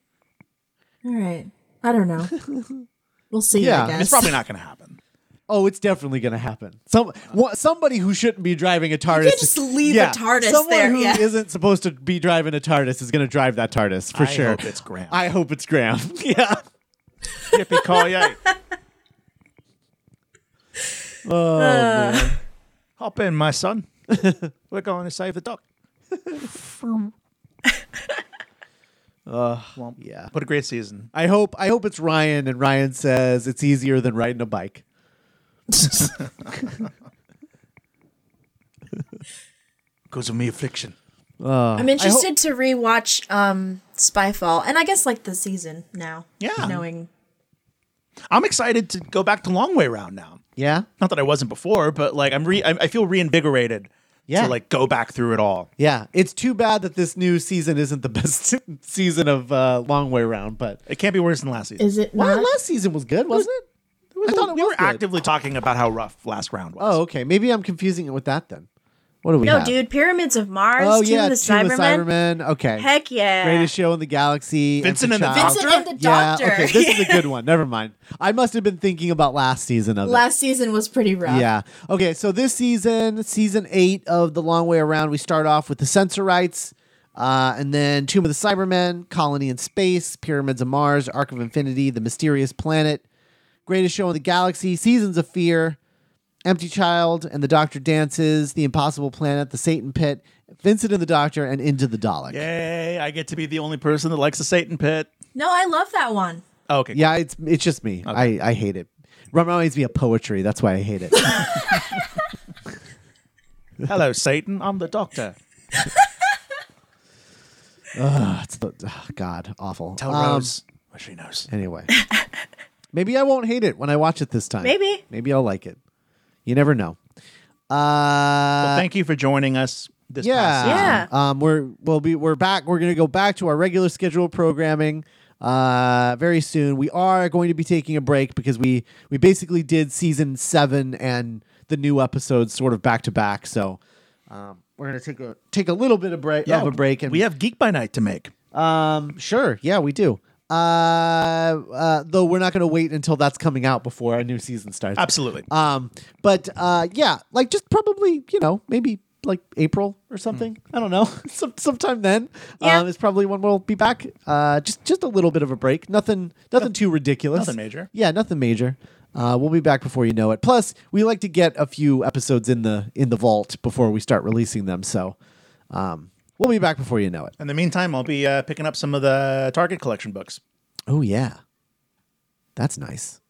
[SPEAKER 2] All right. I don't know. We'll see.
[SPEAKER 4] Yeah,
[SPEAKER 2] I guess.
[SPEAKER 4] it's
[SPEAKER 3] It's probably not going to happen.
[SPEAKER 4] Oh, it's definitely gonna happen. Some wha- somebody who shouldn't be driving a TARDIS.
[SPEAKER 2] just
[SPEAKER 4] is-
[SPEAKER 2] leave a TARDIS
[SPEAKER 4] someone
[SPEAKER 2] there,
[SPEAKER 4] who
[SPEAKER 2] yeah.
[SPEAKER 4] not supposed to be driving a TARDIS is gonna drive that TARDIS for
[SPEAKER 3] I
[SPEAKER 4] sure.
[SPEAKER 3] hope it's Graham.
[SPEAKER 4] I hope it's Graham. yeah.
[SPEAKER 3] Yippee ki yay!
[SPEAKER 4] Oh, man.
[SPEAKER 3] Ah. Hop in, my son. We're going to save the dog. Well,
[SPEAKER 4] yeah.
[SPEAKER 3] What a great season.
[SPEAKER 4] I hope I hope it's Ryan and Ryan says it's easier than riding a bike.
[SPEAKER 3] Because of me affliction.
[SPEAKER 1] I'm interested to rewatch um, Spyfall, and I guess like the season now.
[SPEAKER 3] Yeah.
[SPEAKER 2] knowing
[SPEAKER 3] I'm excited to go back to Long Way Round now.
[SPEAKER 4] Yeah.
[SPEAKER 3] Not that I wasn't before, but like I'm re I, I feel reinvigorated
[SPEAKER 4] Yeah.
[SPEAKER 3] to like go back through it all.
[SPEAKER 4] Yeah. It's too bad that this new season isn't the best season of uh, Long Way Round, but
[SPEAKER 3] It can't be worse than last season.
[SPEAKER 2] is it
[SPEAKER 4] well,
[SPEAKER 2] not?
[SPEAKER 4] last season was good, wasn't it?
[SPEAKER 3] I thought we
[SPEAKER 4] was
[SPEAKER 3] were
[SPEAKER 4] good.
[SPEAKER 3] actively talking about how rough last round was.
[SPEAKER 4] Oh, okay. Maybe I'm confusing it with that then. What do we
[SPEAKER 1] No,
[SPEAKER 4] have?
[SPEAKER 1] dude, Pyramids of Mars,
[SPEAKER 4] Oh
[SPEAKER 1] Tomb
[SPEAKER 4] yeah,
[SPEAKER 1] of the
[SPEAKER 4] Tomb of
[SPEAKER 1] Cybermen.
[SPEAKER 4] Cybermen. Okay.
[SPEAKER 1] Heck yeah.
[SPEAKER 4] Greatest show in the galaxy.
[SPEAKER 3] Vincent and the
[SPEAKER 4] Child.
[SPEAKER 1] Vincent and the
[SPEAKER 4] Yeah,
[SPEAKER 1] Doctor.
[SPEAKER 4] okay, this is a good one. Never mind. I must have been thinking about last season of it.
[SPEAKER 2] last season was pretty rough.
[SPEAKER 4] Yeah. Okay. So this season, season eight of The Long Way Around, we start off with the Sensorites, uh, and then Tomb of the Cybermen, Colony in Space, Pyramids of Mars, Ark of Infinity, The Mysterious Planet, Greatest Show in the Galaxy, Seasons of Fear, Empty Child, and The Doctor Dances, The Impossible Planet, The Satan Pit, Vincent and the Doctor, and Into the Dalek.
[SPEAKER 3] Yay, I get to be the only person that likes the Satan pit.
[SPEAKER 2] No, I love that one.
[SPEAKER 3] Oh, okay.
[SPEAKER 4] Yeah, it's it's just me. I, I hate it. Reminds me of poetry. That's why I hate it.
[SPEAKER 3] Hello, Satan. I'm the doctor.
[SPEAKER 4] It's the- ugh, God, awful.
[SPEAKER 3] Tell
[SPEAKER 4] Um,
[SPEAKER 3] Rose what she knows.
[SPEAKER 4] Anyway, maybe I won't hate it when I watch it this time.
[SPEAKER 1] Maybe.
[SPEAKER 4] Maybe I'll like it. You never know. Uh,
[SPEAKER 3] Well, thank you for joining us this past season.
[SPEAKER 4] yeah,
[SPEAKER 1] Yeah.
[SPEAKER 4] Um, we're we'll be we're back. We're gonna go back to our regular scheduled programming uh very soon. We are going to be taking a break because we we basically did season seven and the new episodes sort of back to back. So um, we're gonna take a take a little bit of break of a break and
[SPEAKER 3] we have Geek by Night to make.
[SPEAKER 4] um, sure. Yeah, we do. Uh, uh, though we're not going to wait until that's coming out before our new season starts.
[SPEAKER 3] Absolutely.
[SPEAKER 4] Um, but uh, yeah, like just probably you know maybe like April or something.
[SPEAKER 3] Hmm.
[SPEAKER 4] I don't know. Some, sometime then
[SPEAKER 1] Yeah.
[SPEAKER 4] um, is probably when we'll be back. Uh, just just a little bit of a break. Nothing nothing too ridiculous.
[SPEAKER 3] nothing major.
[SPEAKER 4] Yeah, nothing major. Uh, we'll be back before you know it. Plus, we like to get a few episodes in the in the vault before we start releasing them. So, um, we'll be back before you know it.
[SPEAKER 3] In the meantime, I'll be uh, picking up some of the Target collection books.
[SPEAKER 4] Oh yeah, that's nice.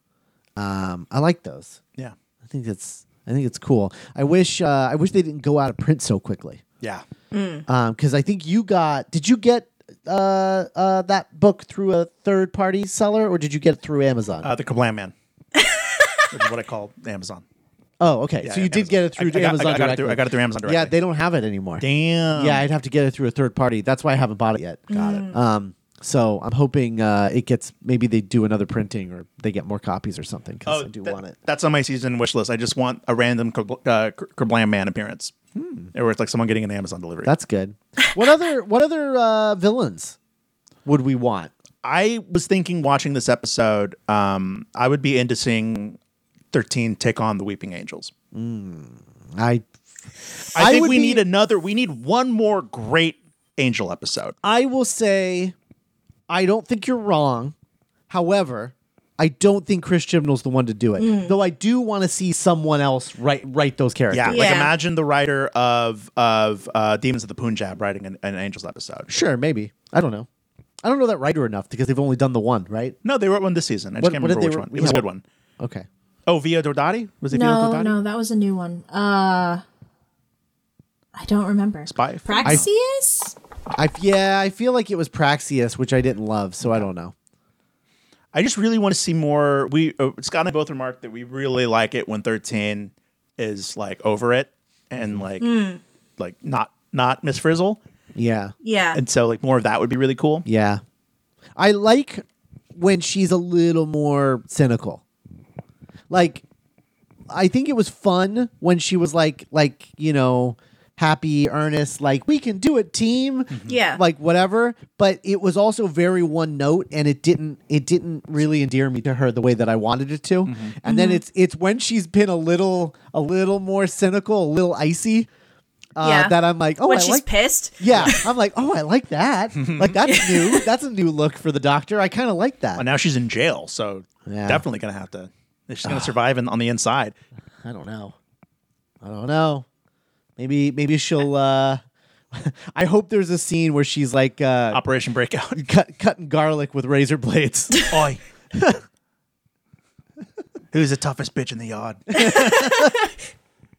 [SPEAKER 4] Um, I like those.
[SPEAKER 3] Yeah.
[SPEAKER 4] I think that's I think it's cool. I wish uh, I wish they didn't go out of print so quickly.
[SPEAKER 3] Yeah.
[SPEAKER 4] Because I think you got did you get uh, uh, that book through a third party seller or did you get it through Amazon?
[SPEAKER 3] Uh, the Kablam Man, which is what I call Amazon.
[SPEAKER 4] oh, okay. so
[SPEAKER 3] yeah,
[SPEAKER 4] you did
[SPEAKER 3] Amazon.
[SPEAKER 4] get it through
[SPEAKER 3] I- I got- I
[SPEAKER 4] Amazon.
[SPEAKER 3] got it through-
[SPEAKER 4] directly.
[SPEAKER 3] I got it through Amazon
[SPEAKER 4] Yeah,
[SPEAKER 3] directly.
[SPEAKER 4] they don't have it anymore.
[SPEAKER 3] Damn.
[SPEAKER 4] Yeah, I'd have to get it through a third party. That's why I haven't bought it yet. Got it. Um, so I'm hoping uh, it gets maybe they do another printing or they get more copies or something because I do
[SPEAKER 3] Oh, that-
[SPEAKER 4] want it.
[SPEAKER 3] That's on my season wish list. I just want a random Kabl- uh, K- Kablam Man appearance, or it's like someone getting an Amazon delivery.
[SPEAKER 4] Hmm. That's good. What other what other uh, villains would we want?
[SPEAKER 3] I was thinking watching this episode, um, I would be into seeing 13 take on the Weeping Angels. I,
[SPEAKER 4] I I
[SPEAKER 3] think
[SPEAKER 4] would
[SPEAKER 3] we
[SPEAKER 4] be-
[SPEAKER 3] need another, we need one more great angel episode.
[SPEAKER 4] I will say I don't think you're wrong. However, I don't think Chris Chibnall's the one to do it. Though I do want to see someone else write write those characters.
[SPEAKER 3] Yeah, like
[SPEAKER 1] Yeah.
[SPEAKER 3] imagine the writer of of uh, Demons of the Punjab writing an, an Angels episode.
[SPEAKER 4] Sure, maybe. I don't know. I don't know that writer enough because they've only done the one, right?
[SPEAKER 3] No, they wrote one this season. I just
[SPEAKER 4] What-
[SPEAKER 3] can't
[SPEAKER 4] what did
[SPEAKER 3] remember which
[SPEAKER 4] they
[SPEAKER 3] one.
[SPEAKER 4] write?
[SPEAKER 3] It was a
[SPEAKER 4] Yeah.
[SPEAKER 3] good one.
[SPEAKER 4] Okay.
[SPEAKER 3] Oh, Via Dordati? Was it
[SPEAKER 2] No,
[SPEAKER 3] Via Dordati?
[SPEAKER 2] no, that was a new one. Uh, I don't remember.
[SPEAKER 3] Spy?
[SPEAKER 2] Praxius?
[SPEAKER 4] I f- yeah, I feel like it was Praxius, which I didn't love, so I don't know.
[SPEAKER 3] I just really want to see more. We uh, Scott and I both remarked that we really like it when 13 is like over it and
[SPEAKER 4] Hmm.
[SPEAKER 3] like like not not Miss Frizzle.
[SPEAKER 4] Yeah.
[SPEAKER 1] yeah.
[SPEAKER 3] And so like more of that would be really cool.
[SPEAKER 4] Yeah. I like when she's a little more cynical. Like I think it was fun when she was like like, you know, happy, earnest, like we can do it team.
[SPEAKER 1] Mm-hmm. Yeah.
[SPEAKER 4] Like whatever, but it was also very one note and it didn't it didn't really endear me to her the way that I wanted it to. And
[SPEAKER 1] Mm-hmm.
[SPEAKER 4] then it's it's when she's been a little a little more cynical, a little icy uh,
[SPEAKER 1] Yeah.
[SPEAKER 4] that I'm like, "Oh,
[SPEAKER 1] when
[SPEAKER 4] I
[SPEAKER 1] she's
[SPEAKER 4] like
[SPEAKER 1] pissed.
[SPEAKER 4] yeah, I'm like, oh, I like that. like that's new. That's a new look for the doctor. I kind of like
[SPEAKER 3] But
[SPEAKER 4] that.
[SPEAKER 3] now she's in jail, so
[SPEAKER 4] Yeah. Ah.
[SPEAKER 3] definitely gonna have to. She's gonna survive in, on the inside.
[SPEAKER 4] I don't know. I don't know. Maybe maybe she'll uh I hope there's a scene where she's like uh,
[SPEAKER 3] Operation Breakout.
[SPEAKER 4] cut, cutting garlic with razor blades.
[SPEAKER 3] Oi. Who's the toughest bitch in the yard?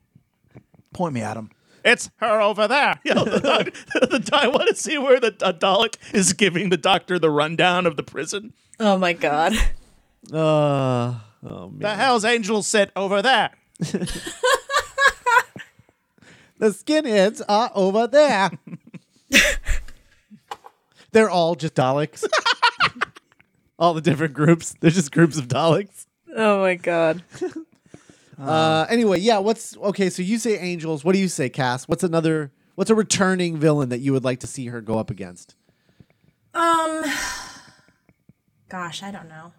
[SPEAKER 3] Point me at him. It's her over there. You know, the doc- the doc- I want to see where the uh, Dalek is giving the doctor the rundown of the prison.
[SPEAKER 1] Oh my god.
[SPEAKER 4] uh, oh man,
[SPEAKER 3] The Hell's Angels sit over there.
[SPEAKER 4] the skinheads are over there. They're all just Daleks. all the different groups. They're just groups of Daleks.
[SPEAKER 1] Oh my god.
[SPEAKER 4] Uh, anyway, yeah. What's okay? So you say angels. What do you say, Cass? What's another? What's a returning villain that you would like to see her go up against?
[SPEAKER 2] Um, gosh, I don't know.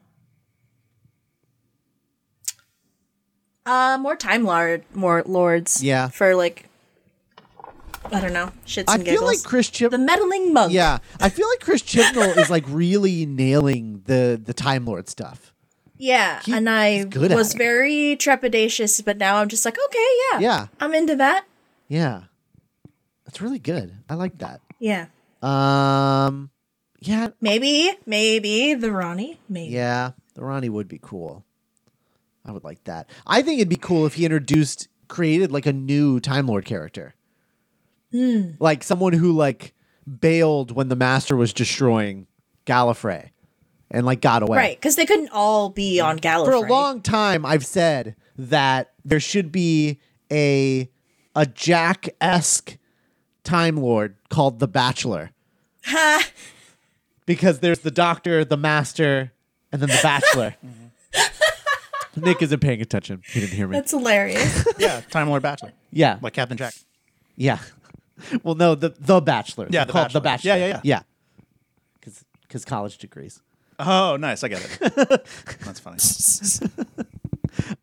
[SPEAKER 1] Uh, more time lord, more lords.
[SPEAKER 4] Yeah.
[SPEAKER 1] For like, I don't know, shits and
[SPEAKER 4] I
[SPEAKER 1] giggles.
[SPEAKER 4] feel like Chris
[SPEAKER 1] the
[SPEAKER 4] Chibnall.
[SPEAKER 1] meddling monk.
[SPEAKER 4] Yeah, I feel like Chris Chibnall is like really nailing the the Time Lord stuff.
[SPEAKER 1] Yeah,
[SPEAKER 4] He-
[SPEAKER 1] and I
[SPEAKER 4] he's good at
[SPEAKER 1] was
[SPEAKER 4] it.
[SPEAKER 1] very trepidatious, but now I'm just like, okay, yeah,
[SPEAKER 4] Yeah.
[SPEAKER 1] I'm into that.
[SPEAKER 4] Yeah, that's really good. I like that.
[SPEAKER 1] Yeah,
[SPEAKER 4] Um, yeah,
[SPEAKER 1] maybe, maybe
[SPEAKER 2] The Ronnie, maybe.
[SPEAKER 4] yeah. The Ronnie would be cool. I would like that. I think it'd be cool if he introduced, created like a new Time Lord character, like someone who like bailed when the Master was destroying Gallifrey, and like got away.
[SPEAKER 1] right because they couldn't all be on Gallifrey
[SPEAKER 4] for a long time I've said that there should be a a Jack esque Time Lord called the Bachelor. because there's the Doctor, the Master, and then the Bachelor. Nick isn't paying attention. He didn't hear me.
[SPEAKER 1] That's hilarious.
[SPEAKER 3] Yeah, Time Lord Bachelor.
[SPEAKER 4] yeah.
[SPEAKER 3] Like Captain Jack.
[SPEAKER 4] Yeah. Well, no, the the Bachelor.
[SPEAKER 3] Yeah,
[SPEAKER 4] They're
[SPEAKER 3] The
[SPEAKER 4] called the
[SPEAKER 3] Bachelor.
[SPEAKER 4] Bachelor.
[SPEAKER 3] Yeah, yeah,
[SPEAKER 4] yeah. Because college degrees.
[SPEAKER 3] Oh, nice. I get it. That's funny.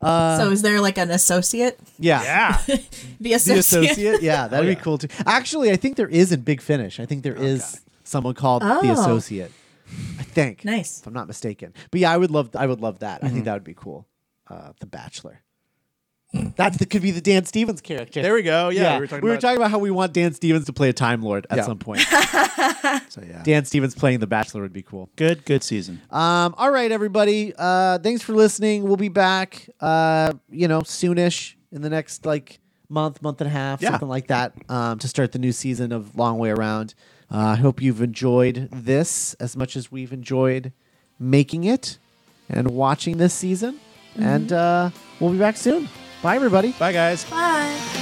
[SPEAKER 2] so is there like an associate?
[SPEAKER 4] Yeah.
[SPEAKER 3] Yeah.
[SPEAKER 2] The
[SPEAKER 4] Uh, the
[SPEAKER 2] associate.
[SPEAKER 4] associate. Yeah, that'd
[SPEAKER 3] Oh,
[SPEAKER 4] be
[SPEAKER 3] yeah.
[SPEAKER 4] cool too. Actually, I think there is in Big Finish. I think there is someone called the
[SPEAKER 2] Oh.
[SPEAKER 4] associate. I think.
[SPEAKER 2] Nice.
[SPEAKER 4] If I'm not mistaken. But yeah, I would love I would love that.
[SPEAKER 3] Mm-hmm.
[SPEAKER 4] I think that would be cool. Uh, the Bachelor. That th- could be the Dan Stevens character.
[SPEAKER 3] There we go. Yeah.
[SPEAKER 4] we were, talking, about... how we want Dan Stevens to play a Time Lord at
[SPEAKER 3] Yeah.
[SPEAKER 4] some point.
[SPEAKER 3] So, yeah.
[SPEAKER 4] Dan Stevens playing the Bachelor would be cool.
[SPEAKER 3] Good, good season.
[SPEAKER 4] Um, all right, everybody. Uh, thanks for listening. We'll be back, uh, you know, soonish in the next like month, month and a half,
[SPEAKER 3] Yeah.
[SPEAKER 4] something like that, um, to start the new season of Long Way Around. Uh, I hope you've enjoyed this as much as we've enjoyed making it and watching this season. And uh, we'll be back soon. Bye, everybody.
[SPEAKER 3] Bye, guys.
[SPEAKER 2] Bye.